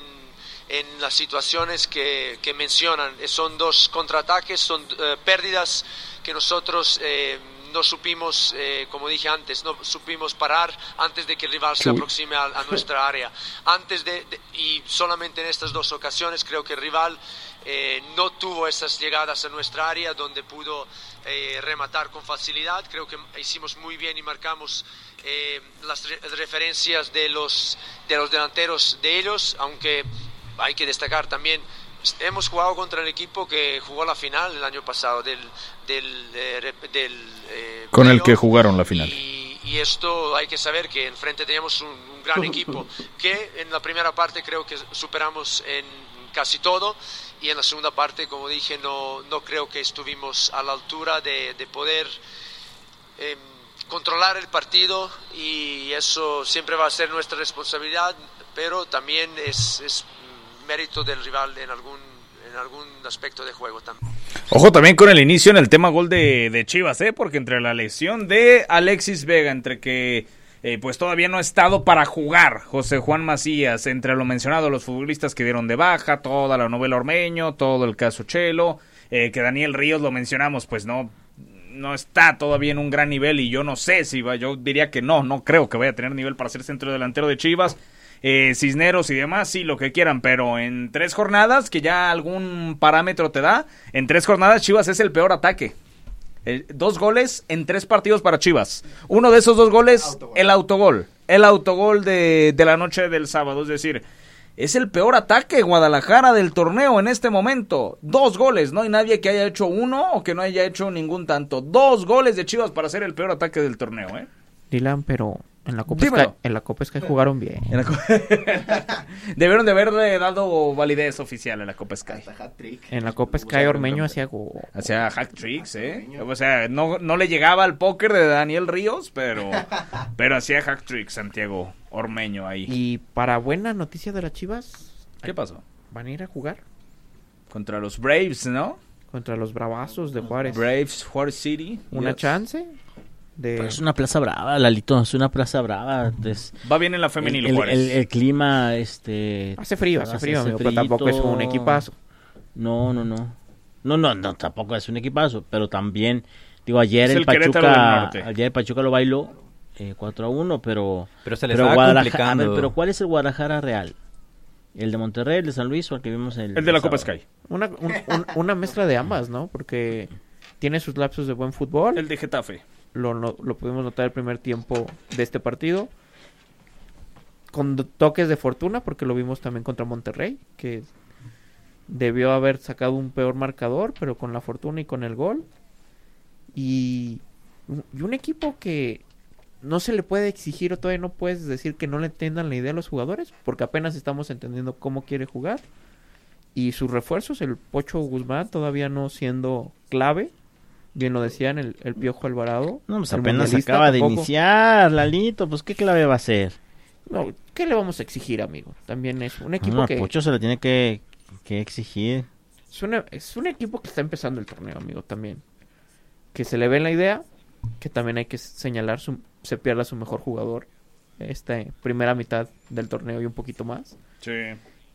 en las situaciones que, que mencionan. Eh, Son dos contraataques, son eh, pérdidas que nosotros eh, no supimos, eh, como dije antes, no supimos parar antes de que el rival se Sí. aproxime a, a nuestra área. Antes de, de- y solamente en estas dos ocasiones creo que el rival eh, no tuvo esas llegadas a nuestra área donde pudo eh, rematar con facilidad. Creo que hicimos muy bien y marcamos eh, las re- referencias de los, de los delanteros de ellos, aunque hay que destacar también, hemos jugado contra el equipo que jugó la final el año pasado del... del, eh, rep- del, eh, Con el playoff que jugaron la final. y, y esto hay que saber que enfrente teníamos un, un gran equipo que en la primera parte creo que superamos en casi todo y en la segunda parte como dije no, no creo que estuvimos a la altura de, de poder eh, controlar el partido y eso siempre va a ser nuestra responsabilidad pero también es, es mm, mérito del rival en algún, en algún aspecto de juego también. Ojo también con el inicio en el tema gol de, de Chivas, ¿eh? Porque entre la lesión de Alexis Vega, entre que eh, pues todavía no ha estado para jugar José Juan Macías, entre lo mencionado, los futbolistas que dieron de baja, toda la novela Ormeño, todo el caso Chelo, eh, que Daniel Ríos lo mencionamos, pues no, no está todavía en un gran nivel y yo no sé si va, yo diría que no, no creo que vaya a tener nivel para ser centro delantero de Chivas. eh, Cisneros y demás, sí, lo que quieran, pero en tres jornadas, que ya algún parámetro te da, en tres jornadas Chivas es el peor ataque. Eh, dos goles en tres partidos para Chivas. Uno de esos dos goles, el autogol. El autogol de, de la noche del sábado. Es decir, es el peor ataque Guadalajara del torneo en este momento. Dos goles. No hay nadie que haya hecho uno o que no haya hecho ningún tanto. Dos goles de Chivas para ser el peor ataque del torneo, ¿eh? Dylan, pero en la Copa Dímelo. Sky- en la Copa Sky jugaron bien. Debieron de haberle dado validez oficial a la Copa Sky. En la Copa Sky Ormeño hacía gol. Hacía hack tricks, ¿eh? O sea, no, no le llegaba al póker de Daniel Ríos, pero, pero hacía hack tricks Santiago Ormeño ahí. Y para buena noticia de las Chivas. ¿Qué pasó? Van a ir a jugar Contra los Braves, ¿no? contra los bravazos de Juárez. Braves, Juárez City. Una Dios. chance de Pero es una plaza brava, Lalito, es una plaza brava. es- Va bien en la femenil, el, el- Juárez. el- el clima, este... Hace frío, hace frío, amigo, pero tampoco es un equipazo. No, no, no. No, no, no, tampoco es un equipazo, pero también, digo, ayer Es el, el Querétaro del Pachuca, Norte. ayer el Pachuca lo bailó eh, 4 a 1, pero... Pero se les va Guadalajara, a ver, complicando. pero ¿cuál es el Guadalajara real? ¿El de Monterrey, el de San Luis o el que vimos el... El de la Copa sábado? Sky. Una, un- un- una mezcla de ambas, ¿no? Porque tiene sus lapsos de buen fútbol. El de Getafe. Lo, no- lo pudimos notar el primer tiempo de este partido. Con do- toques de fortuna, porque lo vimos también contra Monterrey, que debió haber sacado un peor marcador, pero con la fortuna y con el gol. Y, y un equipo que no se le puede exigir o todavía no puedes decir que no le entiendan la idea a los jugadores, porque apenas estamos entendiendo cómo quiere jugar. Y sus refuerzos, el Pocho Guzmán todavía no siendo clave. Bien lo decían, el, el Piojo Alvarado. No, pues el apenas mundialista acaba de tampoco. iniciar, Lalito, pues ¿qué clave va a ser? No, ¿Qué le vamos a exigir, amigo? También es un equipo No, a que... Pocho se le tiene que, que exigir. Es, una- es un equipo que está empezando el torneo, amigo, también. Que se le ve la idea, que también hay que señalar, su, se pierde a su mejor jugador esta primera mitad del torneo y un poquito más. Sí.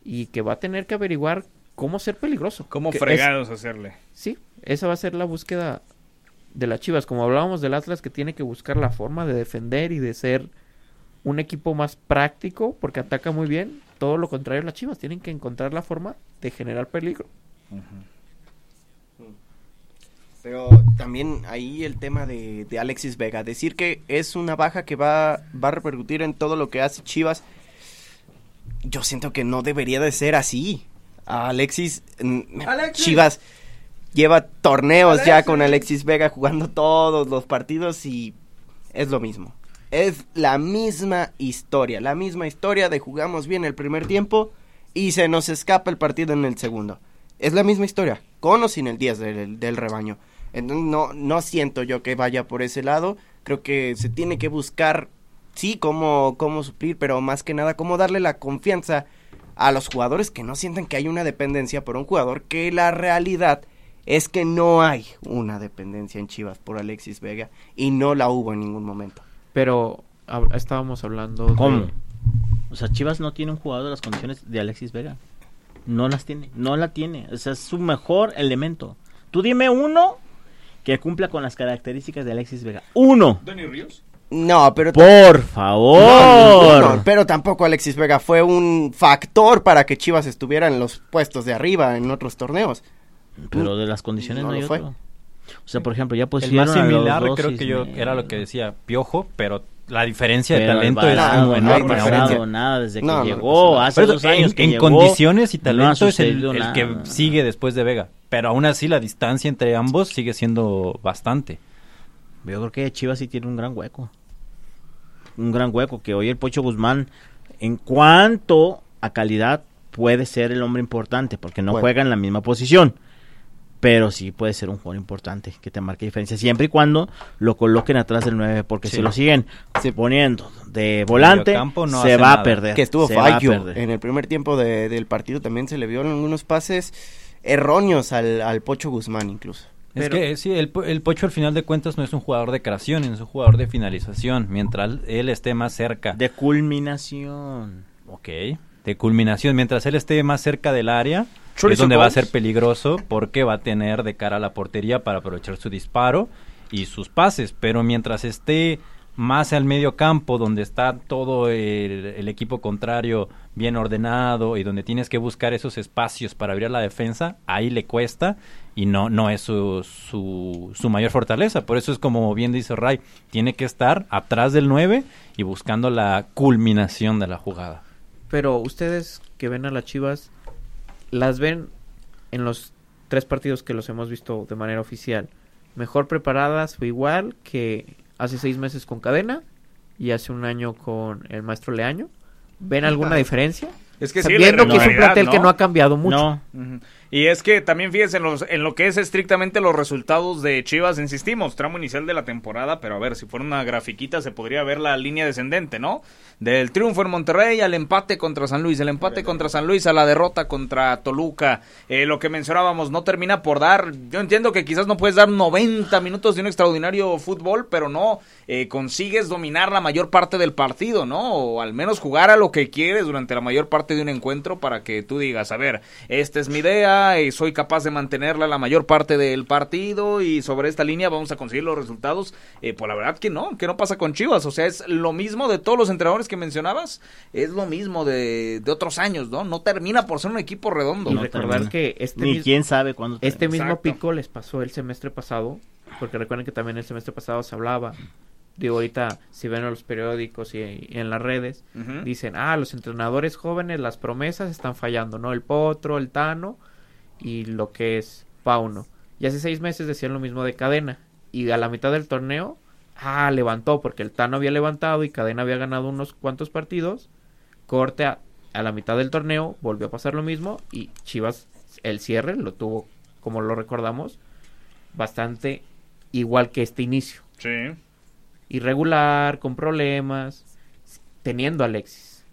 Y que va a tener que averiguar cómo ser peligroso. ¿Cómo Que es- fregados hacerle? sí, esa va a ser la búsqueda de las Chivas. Como hablábamos del Atlas, que tiene que buscar la forma de defender y de ser un equipo más práctico, porque ataca muy bien. Todo lo contrario, las Chivas tienen que encontrar la forma de generar peligro. Pero también ahí el tema de, de Alexis Vega. Decir que es una baja que va, va a repercutir en todo lo que hace Chivas. Yo siento que no debería de ser así. A Alexis, mm, ¡Alexis! Chivas lleva torneos ya con Alexis Vega jugando todos los partidos y es lo mismo. Es la misma historia, la misma historia de jugamos bien el primer tiempo y se nos escapa el partido en el segundo. Es la misma historia, con o sin el 10 del, del rebaño. Entonces no, no siento yo que vaya por ese lado. Creo que se tiene que buscar, sí, cómo, cómo suplir, pero más que nada cómo darle la confianza a los jugadores que no sientan que hay una dependencia por un jugador, que la realidad es que no hay una dependencia en Chivas por Alexis Vega y no la hubo en ningún momento. Pero hab- estábamos hablando de- ¿Cómo? O sea, Chivas no tiene un jugador de las condiciones de Alexis Vega. No las tiene, no la tiene. O sea, es su mejor elemento. Tú dime uno que cumpla con las características de Alexis Vega. Uno. ¿Dani Ríos? No, pero... Por No, favor. ninguno, pero tampoco Alexis Vega fue un factor para que Chivas estuviera en los puestos de arriba en otros torneos. Pero de las condiciones No no, lo hay fue. otro. O sea, por ejemplo, ya pues el más similar creo que yo era lo que decía Piojo, pero la diferencia de talento es Alvarado, como no ha enorme. pasado ahora. nada desde que No, no, no llegó, hace Por eso, dos en- años que en, llegó, condiciones y no ha talento es el, sucedido el nada. que sigue después de Vega, pero aún así la distancia entre ambos sigue siendo bastante. Yo creo que Chivas sí tiene un gran hueco. Un gran hueco que hoy el Pocho Guzmán, en cuanto a calidad, puede ser el hombre importante, porque no Bueno. juega en la misma posición. Pero sí puede ser un jugador importante que te marque diferencia, siempre y cuando lo coloquen atrás del 9, porque Sí. si lo siguen poniendo de volante, Mediocampo no se hace va a nada. perder. Que estuvo se va a fallo Eh, perder. en el primer tiempo de- del partido también se le vieron unos pases erróneos al, al Pocho Guzmán incluso. Es Pero- que sí, el, po- el Pocho al final de cuentas no es un jugador de creación, es un jugador de finalización, mientras él esté más cerca. De culminación. Ok, de culminación, mientras él esté más cerca del área, es Chorizo donde va a Gomes. ser peligroso porque va a tener de cara a la portería para aprovechar su disparo y sus pases, pero mientras esté más al medio campo, donde está todo el, el equipo contrario bien ordenado y donde tienes que buscar esos espacios para abrir la defensa, ahí le cuesta y no, no es su, su, su mayor fortaleza. Por eso es como bien dice Ray, tiene que estar atrás del 9 y buscando la culminación de la jugada. Pero ustedes que ven a las Chivas, ¿las ven en los tres partidos que los hemos visto de manera oficial mejor preparadas o igual que hace seis meses con Cadena y hace un año con el maestro Leaño? ¿Ven alguna diferencia? Es que sí, la Sabiendo que es un regularidad, plantel que ¿no? no ha cambiado mucho. Ujú. Y es que también fíjense en, los- en lo que es estrictamente los resultados de Chivas, insistimos, tramo inicial de la temporada, pero a ver, si fuera una grafiquita se podría ver la línea descendente, ¿no? Del triunfo en Monterrey al empate contra San Luis, el empate contra San Luis a la derrota contra Toluca, eh, lo que mencionábamos, no termina por dar, yo entiendo que quizás no puedes dar 90 minutos de un extraordinario fútbol, pero no eh, consigues dominar la mayor parte del partido, ¿no? O al menos jugar a lo que quieres durante la mayor parte de un encuentro para que tú digas, a ver, esta es mi idea, eh, soy capaz de mantenerla la mayor parte del partido y sobre esta línea vamos a conseguir los resultados. Eh, pues la verdad que no, que no pasa con Chivas, o sea, es lo mismo de todos los entrenadores que mencionabas, es lo mismo de, de otros años, ¿no? No termina por ser un equipo redondo. Y recordar que este Ni mis- quién sabe cuándo este termina. mismo Exacto. pico les pasó el semestre pasado, porque recuerden que también el semestre pasado se hablaba. Digo, ahorita si ven en los periódicos y, y en las redes, Ujú. dicen, ah, los entrenadores jóvenes, las promesas están fallando, ¿no? El Potro, el Tano y lo que es Pauno. Y hace seis meses decían lo mismo de Cadena. Y a la mitad del torneo, ah, levantó, porque el Tano había levantado y Cadena había ganado unos cuantos partidos. Corte a, a la mitad del torneo, volvió a pasar lo mismo y Chivas el cierre lo tuvo, como lo recordamos, bastante igual que este inicio. Sí. Irregular, con problemas, teniendo a Alexis.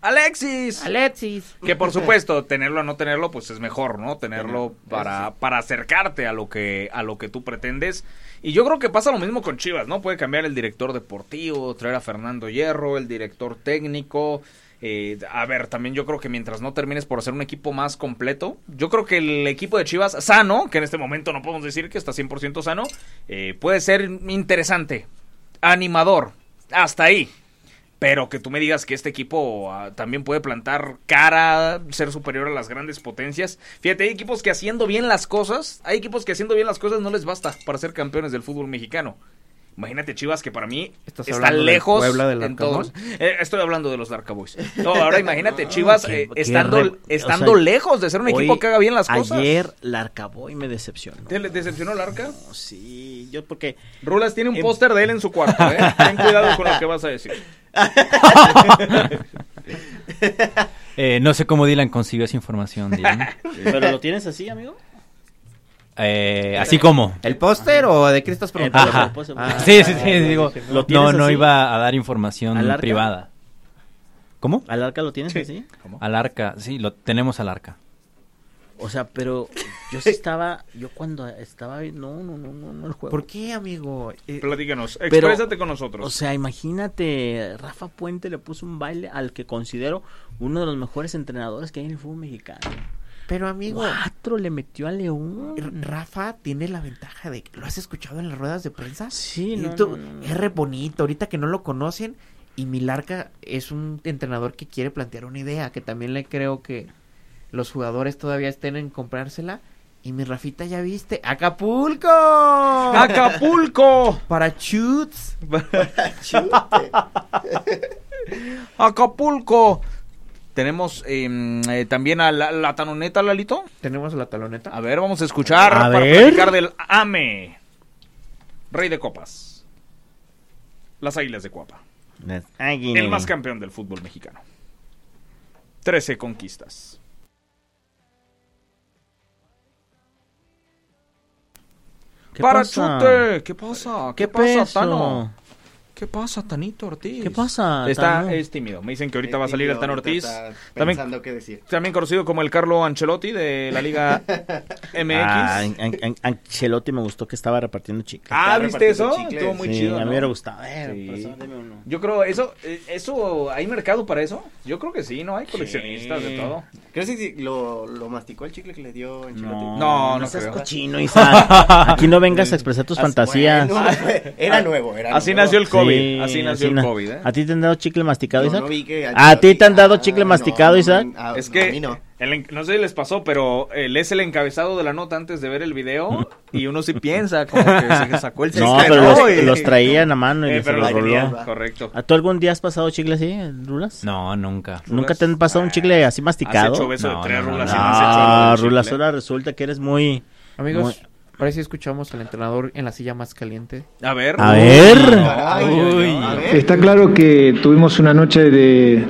Alexis. Alexis. Que por supuesto, tenerlo o no tenerlo, pues es mejor, ¿no? Tenerlo para, para acercarte a lo que, a lo que tú pretendes. Y yo creo que pasa lo mismo con Chivas, ¿no? Puede cambiar el director deportivo, traer a Fernando Hierro, el director técnico. Eh, a ver, también yo creo que mientras no termines por hacer un equipo más completo, yo creo que el equipo de Chivas sano, que en este momento no podemos decir que está 100% sano, eh, puede ser interesante, animador, hasta ahí. Pero que tú me digas que este equipo ah, también puede plantar cara, ser superior a las grandes potencias. Fíjate, hay equipos que haciendo bien las cosas, hay equipos que haciendo bien las cosas no les basta para ser campeones del fútbol mexicano. Imagínate, Chivas, que para mí ¿Estás está hablando del lejos Puebla del en Arcamón? todos. Eh, estoy hablando de los Dark Boys. No, ahora imagínate, Chivas Qué- eh, qué estando, re- o sea, estando lejos de ser un hoy- equipo que haga bien las cosas. Ayer la Arcaboy me decepcionó. ¿Te le- decepcionó el arca? sí, yo porque... em Rulas tiene un póster de él en su cuarto, ¿eh? Ten cuidado con lo que vas a decir. Eh, no sé cómo Dylan consiguió esa información. Dylan. ¿Pero lo tienes así, amigo? Eh, así como. ¿El póster o de qué estás preguntando? Ajá. El póster. Ah, sí, sí, sí, Ah, digo, sí, sí. ¿Lo no, tienes no así? iba a dar información ¿Al arca? privada. ¿Cómo? ¿Al arca lo tienes así? Al arca, sí, lo tenemos al arca. O sea, pero yo sí estaba... Yo cuando estaba... No, no, no, no, no el juego. ¿Por qué, amigo? Eh, Platícanos, Pero, exprésate con nosotros. O sea, imagínate, Rafa Puente le puso un baile al que considero uno de los mejores entrenadores que hay en el fútbol mexicano. Pero, amigo, Cuatro le metió a León. Rafa tiene la ventaja de que lo has escuchado en las ruedas de prensa. Sí, Y no, tú- no, no, no. Es re bonito, ahorita que no lo conocen. Y Milarca es un entrenador que quiere plantear una idea, que también le creo que los jugadores todavía estén en comprársela. Y mi Rafita ya viste, Acapulco. Acapulco. Para chutes. Acapulco. Tenemos eh, eh, también a la, la taloneta, Lalito. Tenemos la taloneta. A ver, vamos a escuchar A para ver. platicar del AME. Rey de Copas. Las Águilas de Cuapa. El más Ah, campeón del fútbol mexicano. 13 conquistas. Para Chute. ¿Qué pasa? ¿Qué, ¿Qué pasa, peso? Tano? ¿Qué pasa, Tanito Ortiz? ¿Qué pasa, Está, Tano? es tímido. Me dicen que ahorita Es va a salir el tímido, Tano ahorita Ortiz. está También, pensando qué decir. también conocido como el Carlo Ancelotti de la Liga MX. Ah, An- An- An- Ancelotti me gustó que estaba repartiendo chicas. Estaba Ah, ¿viste repartiendo eso? chicles. Estuvo muy Sí, chido. A mí ¿no? me hubiera gustado. A ver, Sí. persona, deme uno. Yo creo, eso, eh, eso, ¿hay mercado para eso? Yo creo que sí, ¿no? Hay coleccionistas de todo. ¿Crees que sí lo, lo masticó el chicle que le dio Ancelotti? No, No, no, no seas creo. cochino, Isaac. Aquí no vengas a expresar tus Así- fantasías. Ah, Bueno, era nuevo, era Así nuevo. nació el Sí, COVID, COVID, así nació el na- COVID, ¿eh? ¿A ti te han dado chicle masticado, Yo Isaac? no vi que- Ah, ¿A ti te han dado chicle masticado, Isaac? es que no. no sé si les pasó, pero eh, lees el encabezado de la nota antes de ver el video y uno sí piensa como que se sacó el No, cisca, pero ¿no? los, Y- los traían a mano y Eh, les pero los los tenían, roló. correcto. ¿A ¿Tú algún día has pasado chicle así, Rulas? No, nunca. ¿Nunca te han pasado un chicle así masticado? Ah, hecho beso de No, tres no, no, rulas y no has hecho Ah, algún Rulas, chicle. ahora resulta que eres muy... Amigos, muy- ahora sí escuchamos al entrenador en la silla más caliente. A ver. A ver. Está claro que tuvimos una noche de,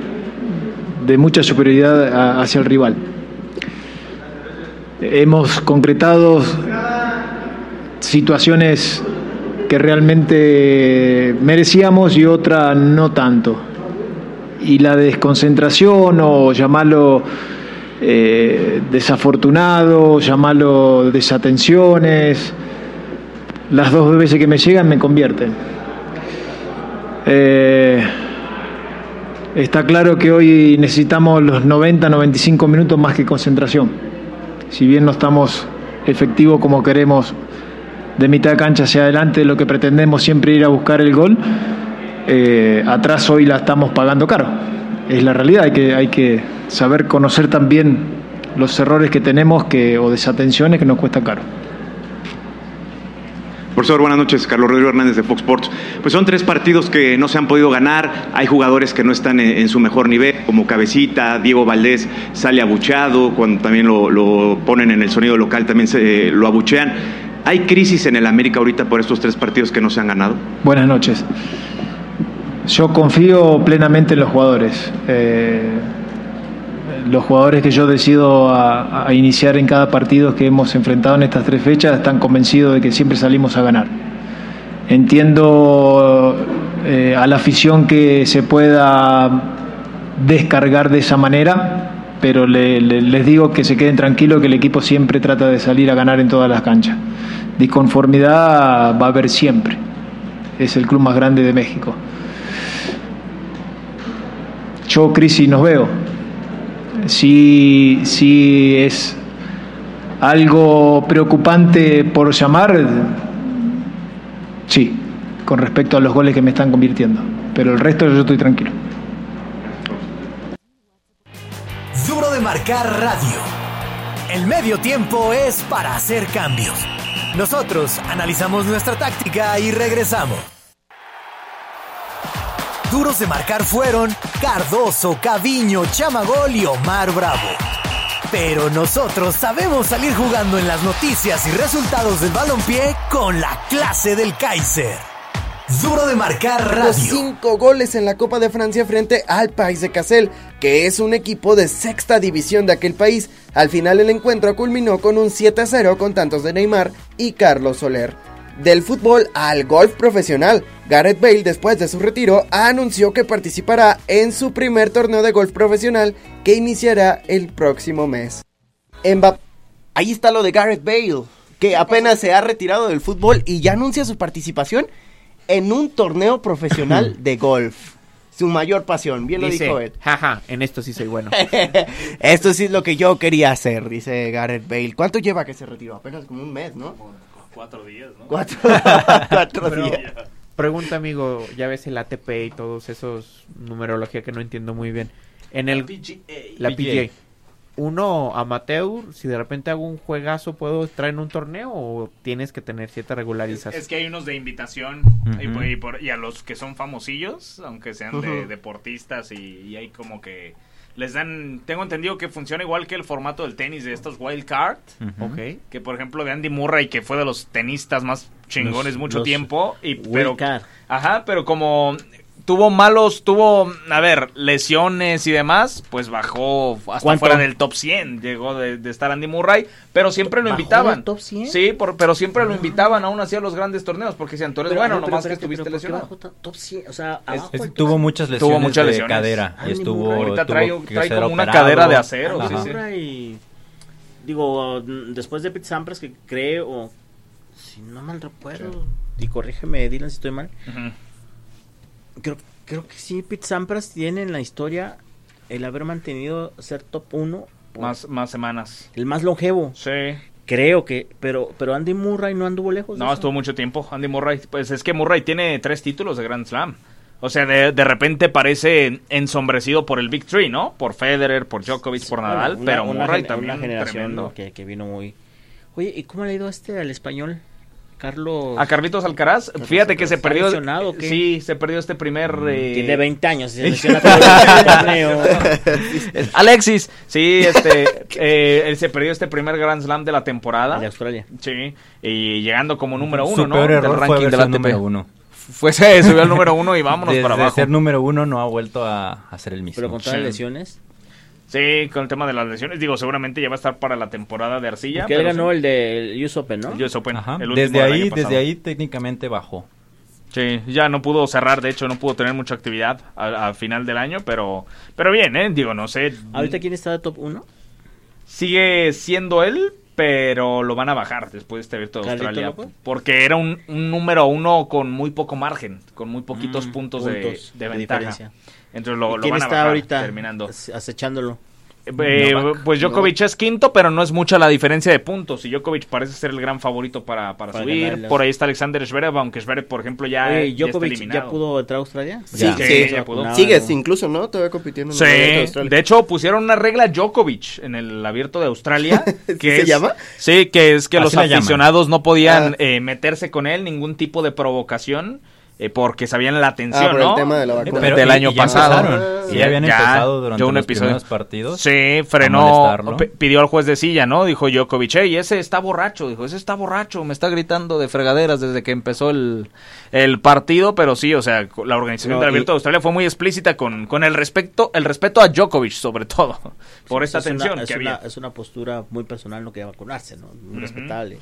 de mucha superioridad a- hacia el rival. Hemos concretado situaciones que realmente merecíamos y otra no tanto. Y la desconcentración o llamarlo eh, desafortunado, llamarlo desatenciones, las dos veces que me llegan me convierten. Eh, está claro que hoy necesitamos los 90, 95 minutos más que concentración. Si bien no estamos efectivos como queremos de mitad de cancha hacia adelante, lo que pretendemos siempre ir a buscar el gol, eh, atrás hoy la estamos pagando caro. Es la realidad, hay que, hay que saber conocer también los errores que tenemos que, o desatenciones que nos cuesta caro. Profesor, buenas noches. Carlos Rodrigo Hernández de Fox Sports. Pues son tres partidos que no se han podido ganar. Hay jugadores que no están en, en su mejor nivel, como Cabecita, Diego Valdés sale abucheado, cuando también lo, lo ponen en el sonido local también se, eh, lo abuchean. ¿Hay crisis en el América ahorita por estos tres partidos que no se han ganado? Buenas noches. Yo confío plenamente en los jugadores. Eh, los jugadores que yo decido a, a iniciar en cada partido que hemos enfrentado en estas tres fechas están convencidos de que siempre salimos a ganar. Entiendo eh, a la afición que se pueda descargar de esa manera, pero le- le- les digo que se queden tranquilos que el equipo siempre trata de salir a ganar en todas las canchas. Disconformidad va a haber siempre es el club más grande de México. Yo, crisis, nos veo. Si, si es algo preocupante por llamar, sí, con respecto a los goles que me están convirtiendo. Pero el resto yo estoy tranquilo. Duro de Marcar Radio. El medio tiempo es para hacer cambios. Nosotros analizamos nuestra táctica y regresamos. Duros de Marcar fueron Cardoso, Caviño, Chamagol y Omar Bravo. Pero nosotros sabemos salir jugando en las noticias y resultados del balompié con la clase del Kaiser. Duro de Marcar Los Radio. cinco goles en la Copa de Francia frente al País de Casel, que es un equipo de sexta división de aquel país. Al final el encuentro culminó con un 7-0 con tantos de Neymar y Carlos Soler. Del fútbol al golf profesional, Gareth Bale después de su retiro anunció que participará en su primer torneo de golf profesional que iniciará el próximo mes. Mbappé Ahí está lo de Gareth Bale, que apenas se ha retirado del fútbol y ya anuncia su participación en un torneo profesional de golf. Su mayor pasión, bien Dice, lo dijo Ed. Jaja, en esto sí soy bueno. Esto sí es lo que yo quería hacer, dice Gareth Bale. ¿Cuánto lleva que se retiró? Apenas como un mes, ¿no? Cuatro días, ¿no? Cuatro, cuatro Pero, días. Pregunta, amigo, ya ves el ATP y todos esos numerología que no entiendo muy bien. En el la PGA. Uno amateur, si de repente hago un juegazo, ¿puedo estar en un torneo o tienes que tener cierta regularización? Es que hay unos de invitación y, Ujú. por- y por- y a los que son famosillos, aunque sean de Ujú. deportistas y, y hay como que les dan, tengo entendido que funciona igual que el formato del tenis de estos wild card, Ujú. Ok. que por ejemplo de Andy Murray que fue de los tenistas más chingones Los- mucho los tiempo y wild pero card. ajá, pero como tuvo malos, tuvo, a ver, lesiones y demás, pues bajó hasta ¿Cuánto? fuera del top 100, llegó de, de estar Andy Murray, pero siempre lo ¿Bajó invitaban. del top 100? Sí, por- pero siempre lo invitaban aún así a los grandes torneos porque decían, tú eres Pero, bueno, pero, nomás pero, que estuviste pero, ¿por qué lesionado. bajó ta- top 100? O sea, Es- abajo del Tuvo top- muchas lesiones Tuvo muchas de lesiones. cadera y Ay, estuvo, ninguna. Ahorita tuvo trae- que trae ser como una operado. cadera de acero, Ajá. sí, sí. y digo mm, después de Pete Sampras que creo si no mal recuerdo y corrígeme Dylan si estoy mal creo creo que sí Pete Sampras tiene en la historia el haber mantenido ser top 1 Más, más semanas. el más longevo Sí Creo que, pero, pero Andy Murray no anduvo lejos. de No, eso. estuvo mucho tiempo. Andy Murray, pues es que Murray tiene tres títulos de Grand Slam. O sea, de, de repente parece ensombrecido por el Big Three, ¿no? Por Federer, por Djokovic, por Bueno, Nadal, una- pero una Murray gen- también una generación tremendo. ¿no? que, que vino muy. Oye, ¿y cómo le ha ido a este al español? Carlos. A Carlitos Alcaraz, fíjate que se ¿Está perdió. lesionado o qué? Mm, Sí, se perdió este primer. eh, tiene 20 años, se lesiona todo el torneo. Es Alexis, sí, este, eh, él se perdió este primer Grand Slam de la temporada. De Australia. Sí, y llegando como número uno, Su ¿no? peor Del error fue ranking haber del sido ATP. número uno. Fue ese, subió al número uno y vámonos Desde para abajo. ser número uno no ha vuelto a hacer el mismo. Pero con todas las lesiones. Sí, con el tema de las lesiones, digo, seguramente ya va a estar para la temporada de arcilla. Porque él pero ganó el del US Open, ¿no? El US Open, Ajá. el último Desde del ahí, año pasado. desde ahí técnicamente bajó. Sí, ya no pudo cerrar, de hecho, no pudo tener mucha actividad al, al final del año, pero, pero bien, ¿eh? Digo, no sé. ¿Ahorita quién está de top 1? Sigue siendo él, pero lo van a bajar después de este abierto de ¿Carlito Australia. López? Porque era un, un número uno con muy poco margen, con muy poquitos Mm, puntos, puntos de, de de ventaja. diferencia. Entonces lo, ¿Y lo quién van a está bajar ahorita terminando. as- acechándolo? Eh, Novak. pues Djokovic es quinto, pero no es mucha la diferencia de puntos. Y Djokovic parece ser el gran favorito para, para, Para subir. ganarle. Por ahí está Alexander Zverev, aunque Zverev, por ejemplo, ya, Oye, ya está Djokovic ya, eliminado. pudo entrar a Australia. Sí, Ya. sí, Se sí, vacunaba, pudo. ¿no? Sigues incluso, ¿no? Todavía compitiendo en Sí, el Abierto de Australia. de hecho pusieron una regla Djokovic en el abierto de Australia. Que ¿Se es- llama? Sí, que es que Así los la llaman. aficionados no podían Ah. eh, meterse con él, ningún tipo de provocación, eh, porque sabían la atención, Ah, por el ¿no? tema de la vacuna. Ah. Pero- del y- año y ya pasado. empezaron. Y ya habían empezado durante los primeros partidos Sí, a frenó, molestarlo. p- pidió al juez de silla, ¿no? Dijo Djokovic, y ese está borracho, dijo, ese está borracho, me está gritando de fregaderas desde que empezó el, el partido, pero sí, o sea, co- la organización No, y- del Abierto de Australia fue muy explícita con, con el respeto, el respeto a Djokovic sobre todo, por esta Es una- tensión es que una- había. es una postura muy personal, no quería vacunarse, ¿no? Muy Ujú. respetable.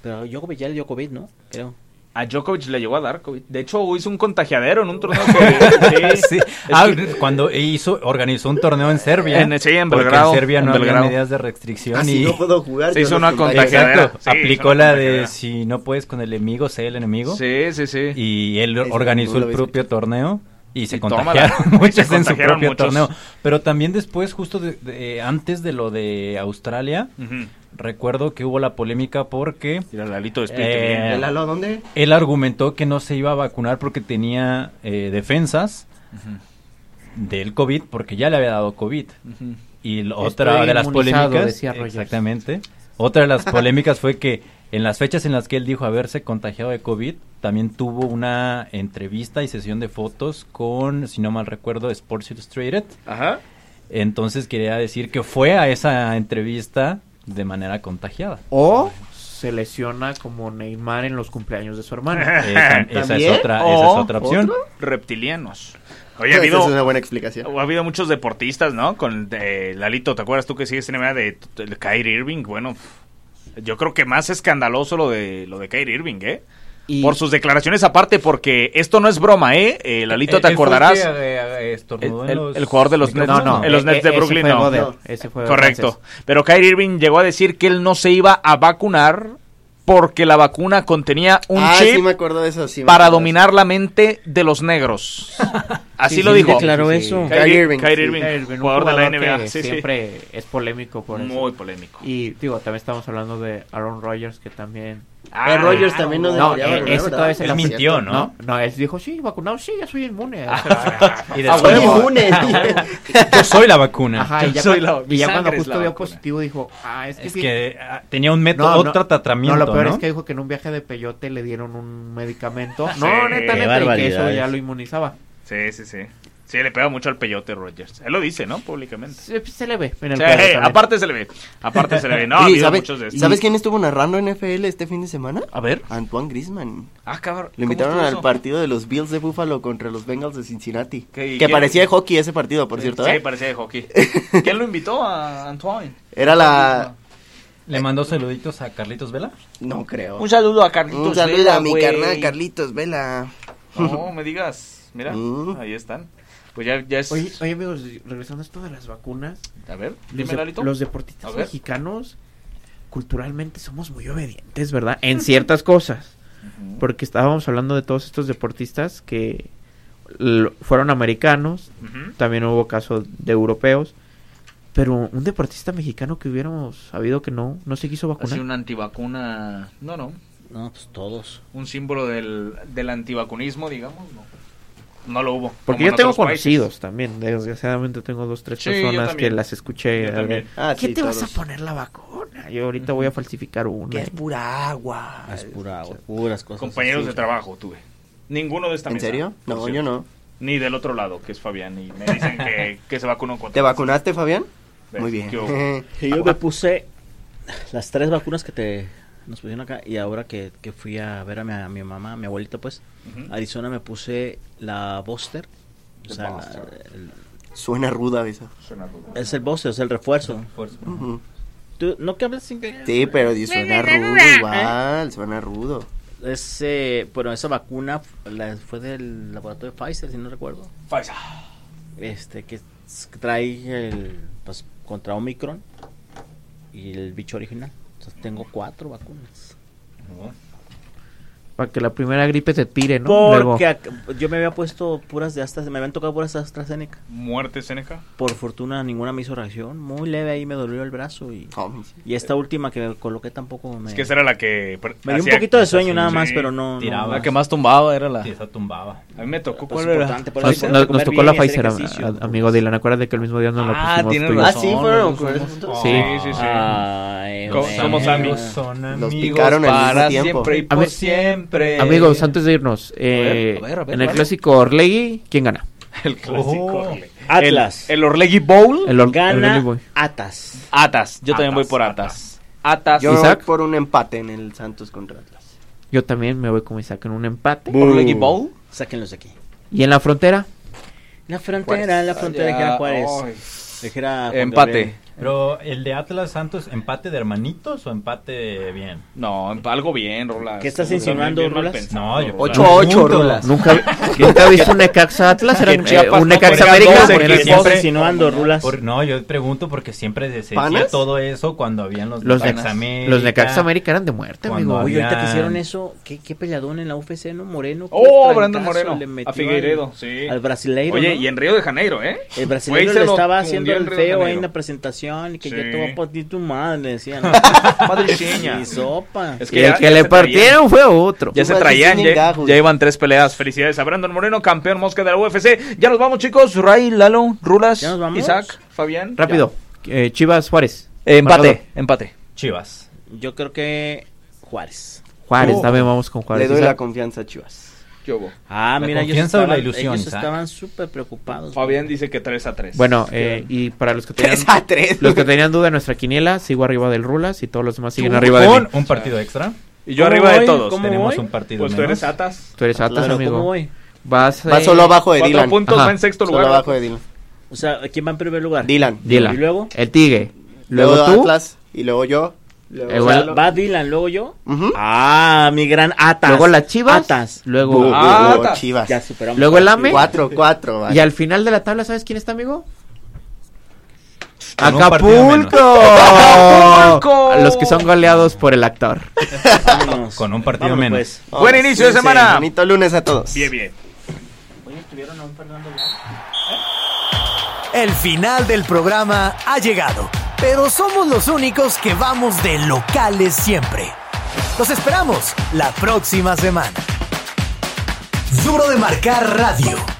Pero Djokovic ya le dio COVID, ¿no? Creo. A Djokovic le llegó a dar COVID. De hecho, hizo un contagiadero en un torneo. que- sí. Sí. Es Ah, que- cuando hizo, organizó un torneo en Serbia. En- sí, en porque Belgrado, en Serbia en no había Belgrado. medidas de restricción. Ah, y... si no puedo jugar, Se yo hizo los una contagio. contagiadera. Exacto. Sí, hizo Aplicó una la contagiadera. de si no puedes con el enemigo, sé el enemigo. Sí, sí, sí. Y él Ese organizó no lo el había propio torneo. Y se Y tómala. contagiaron Se muchos en su contagiaron propio muchos. torneo. Pero también después, justo de- de- antes de lo de Australia, Ujú. recuerdo que hubo la polémica porque... eh, Mira, Lalito, despídete bien. ¿El Lalo dónde? Él argumentó que no se iba a vacunar porque tenía eh, defensas del COVID porque ya le había dado COVID. Ujú. Y la Estoy otra de las inmunizado, polémicas, decía Rogers. exactamente. Otra de las polémicas fue que en las fechas en las que él dijo haberse contagiado de COVID, también tuvo una entrevista y sesión de fotos con, si no mal recuerdo, Sports Illustrated. Ajá. Entonces quería decir que fue a esa entrevista de manera contagiada. O se lesiona como Neymar en los cumpleaños de su hermano. Esa- esa es ¿También? otra- esa es O otra opción. Reptilianos. Oh, Esa Oye, ha habido, es una buena explicación. ha habido muchos deportistas, ¿no? Con eh, Lalito, ¿te acuerdas tú que sigues NBA de, t- de Kyrie Irving? Bueno, pf, yo creo que más escandaloso lo de lo de Kyrie Irving, ¿eh? Por sus declaraciones aparte, porque esto no es broma, ¿eh? Eh, Lalito, te Él fue el acordarás. que, eh, eh, estornudó en el, los e, el jugador de los Nets, micrófonos. en los Nets de Brooklyn, no. No. Correcto. Pero Kyrie Irving llegó a decir que él no se iba a vacunar porque la vacuna contenía un ah, chip sí me acuerdo de eso, sí. me para acuerdo de dominar la mente de los negros. Así Sí, lo sí, dijo. declaró eso. Kyrie Irving, Sí, Kyrie Irving, un jugador, de la NBA. que Sí, sí. siempre es polémico por eso. Muy polémico. Y digo, también estamos hablando de Aaron Rodgers, que también... Ah, Eh, Rodgers también no No, debería eh, vacunar, ese ¿verdad? todavía se Él la- mintió, ¿no? ¿no? no, él dijo, sí, vacunado, sí, ya soy Y inmune. Ah, después- Soy inmune. Yo soy la vacuna. Ajá, y Yo ya, soy cuando- la- y ya mi cuando sangre es justo la vio vacuna. positivo dijo, ah, es que... Es sí". que, ah, tenía un método- otro tratamiento, No, lo peor ¿no? es que dijo que en un viaje de peyote le dieron un medicamento. Sí. No, neta, Qué neta, y que eso barbaridades. ya lo inmunizaba. Sí, sí, sí. Sí, le pega mucho al peyote Rogers. Él lo dice, ¿no? Públicamente. Se, se le ve. en el Sí, eh, cuadro también. aparte se le ve. Aparte se le ve. No, ha Oye, habido ¿sabe- muchos de estos. ¿Sabes quién estuvo narrando NFL este fin de semana? A ver. Antoine Grisman. Ah, cabrón. Lo invitaron ¿Cómo al estuvo eso? partido de los Bills de Buffalo contra los Bengals de Cincinnati. ¿Qué- Que quién? parecía de hockey ese partido, por cierto. Sí, ¿eh? parecía de hockey. ¿Quién lo invitó a Antoine? Era la... ¿Le mandó saluditos a Carlitos Vela? No creo. Un saludo a Carlitos Un saludo Vela, a mi güey. carnal Carlitos Vela. No, me digas. Mira, ahí están. Pues ya, ya es. Oye, oye, amigos, regresando a esto de las vacunas. A ver, dime, los, de- Lalito. los A deportistas ver. mexicanos culturalmente somos muy obedientes, ¿verdad? En ciertas cosas. Porque estábamos hablando de todos estos deportistas que l- fueron americanos, Ujú. también hubo casos de europeos, Pero un deportista mexicano que hubiéramos sabido que no, no se quiso vacunar. Así una antivacuna. No, no. No, pues todos. Un símbolo del, del antivacunismo, digamos. No, no lo hubo. como Porque en yo tengo otros países. conocidos también, desgraciadamente tengo dos, tres Sí, yo personas que también. las escuché. Yo a también. ver, Ah, ¿Qué sí, te vas todos. a poner la vacuna? Yo ahorita voy a falsificar una. Que es pura agua. Es pura agua, puras cosas. Compañeros así. de trabajo tuve. Ninguno de esta ¿En mesa, serio? por No, cierto. yo no. Ni del otro lado, que es Fabián. Y me dicen que, que se vacunó contra. ¿Te vacunaste, Fabián? ¿Ves? Muy ¿Qué bien. hubo? Y yo me puse las tres vacunas que te nos pusieron acá y ahora que, que fui a ver a mi, a mi mamá, a mi abuelita pues, Ujú. Arizona me puse la booster. O The sea, la- booster. el- Suena ruda esa. es el booster, es el refuerzo. Ujú. ¿Tú, ¿No que hablas inglés? Sí, pero di- suena rudo ¿eh? igual, suena rudo. Ese, bueno, esa vacuna la- fue del laboratorio de Pfizer, si no recuerdo. Pfizer. Este, que s- trae el, pues, contra Omicron y el bicho original. Entonces tengo cuatro vacunas. Para que la primera gripe te tire, ¿no? Luego- Porque ac- yo me había puesto puras de AstraZeneca, me habían tocado puras de AstraZeneca. Muerte, Seneca. Por fortuna ninguna me hizo reacción, muy leve ahí me dolió el brazo y, y esta última que me coloqué tampoco me... Oh. Es que esa era la que. Me dio un poquito de sueño nada más, pero no- no- tiraba. La que más tumbaba era la... esa tumbaba. A mí me tocó. Pues ¿Cuál era? importante, por Nos, eso hay que nos- nos comer tocó bien la y hacer Pfizer, am- ejercicio. a- amigo Dylan. Acuérdate que el mismo día nos la Ah, pusimos. tienes tú y yo. razón, Ah, sí, fueron los dos juntos. juntos. Sí. Sí, sí, sí. Co- güey. somos amigos. Son Los amigos picaron al mismo para tiempo. siempre y A por ver, siempre. Amigos, antes de irnos, eh, A ver, a ver, en el vale. clásico Orlegui, ¿quién gana? El clásico. Orle- Atlas. El, el Orlegi Bowl. El Or- el Gana Orlegui Boy. Atas. Atas. Yo también voy por Atas. Atas. Yo me voy Isaac. por un empate en el Santos contra Atlas. Yo también me voy con Isaac en un empate. Orlegui Bowl. Sáquenlos de aquí. ¿Y en la frontera? La frontera, Pues, la frontera de Jera Juárez. De Jera Juan Gabriel. Pero el de Atlas Santos, ¿empate de hermanitos o empate bien? No, emp- algo bien, Rolas. ¿Qué estás Bien, insinuando, bien mal Rolas? pensado, No, yo- Rolas. Ocho a ocho, Punto. Rolas. Nunca, nunca he visto un Necaxa Atlas, era Que un, eh, Chiapas un no Necaxa tenga América. dos por el equipos. esposo. Por- no, yo pregunto porque siempre se decía ¿Panas? todo eso cuando habían los, Los, Necaxa Necaxa- América, los Necaxa América eran de muerte, cuando amigo. Oye, ahorita que habían- hicieron eso, ¿qué, qué peleadón en la UFC, ¿no? Moreno. qué Oh, trancazo Brandon Moreno. le metió a Figueiredo. al- sí. Al brasileiro. Oye, ¿no? y en Río de Janeiro, ¿eh? El Güey, brasileño se le lo estaba haciendo fundió en el Río de feo ahí en Janeiro. la presentación y que Sí. yo te voy a partir tu madre, le decían. Madrileña. Y sopa. Es Y el que le se traían. partieron fue a otro. Ya se Igual que traían, tienen ya, gajos. ya iban tres peleas. Felicidades a Brandon Moreno, campeón mosca de la UFC. Ya nos vamos, chicos. Ray, Lalo, Rulas, Ya nos vamos. Isaac, Fabián. Rápido, eh, Chivas Juárez. Eh, empate, Marcador. empate. Chivas. Yo creo que Juárez. Juárez, Oh. también vamos con Juárez. Le doy Isaac. la confianza a Chivas. Ah, La mira, ellos confianza o la estaban, ilusión, ellos Isaac. estaban súper preocupados. Fabián dice que 3 a 3. Bueno, eh, y para los que tenían, Tres a tres. los que tenían duda en nuestra quiniela, sigo arriba del Rulas y todos los demás siguen Tú arriba de mí. con un partido extra. Y yo arriba de todos. Tenemos un partido Pues tú menos. eres Atas. Ah, Tú eres Atlas, Claro, amigo. ¿cómo voy? Vas, Va eh, solo abajo de cuatro Dylan. puntos, va en sexto Solo lugar. abajo de Dylan. O sea, ¿quién va en primer lugar? Dylan. Dylan. ¿Y luego? El Tigre. Luego, Luego, tú. Atlas y luego yo. Luego O sea, Lalo. va Dylan, luego yo. Ujú. Ah, mi gran Atas. Luego las Chivas. Atas. Luego- Bu, bu, bu, Atas. Ah, Chivas. Ya superamos. Luego el AME. Cuatro, cuatro. vale. Y al final de la tabla, ¿sabes quién está, amigo? Con un partido ¡Acapulco! ¡Acapulco! A los que son goleados por el actor. Con un partido Vámonos, menos. pues. Buen Vamos, inicio de cuídense. semana. Bonito lunes a todos. Bien, bien. El final del programa ha llegado, pero somos los únicos que vamos de locales siempre. Los esperamos la próxima semana. Duro de Marcar Radio.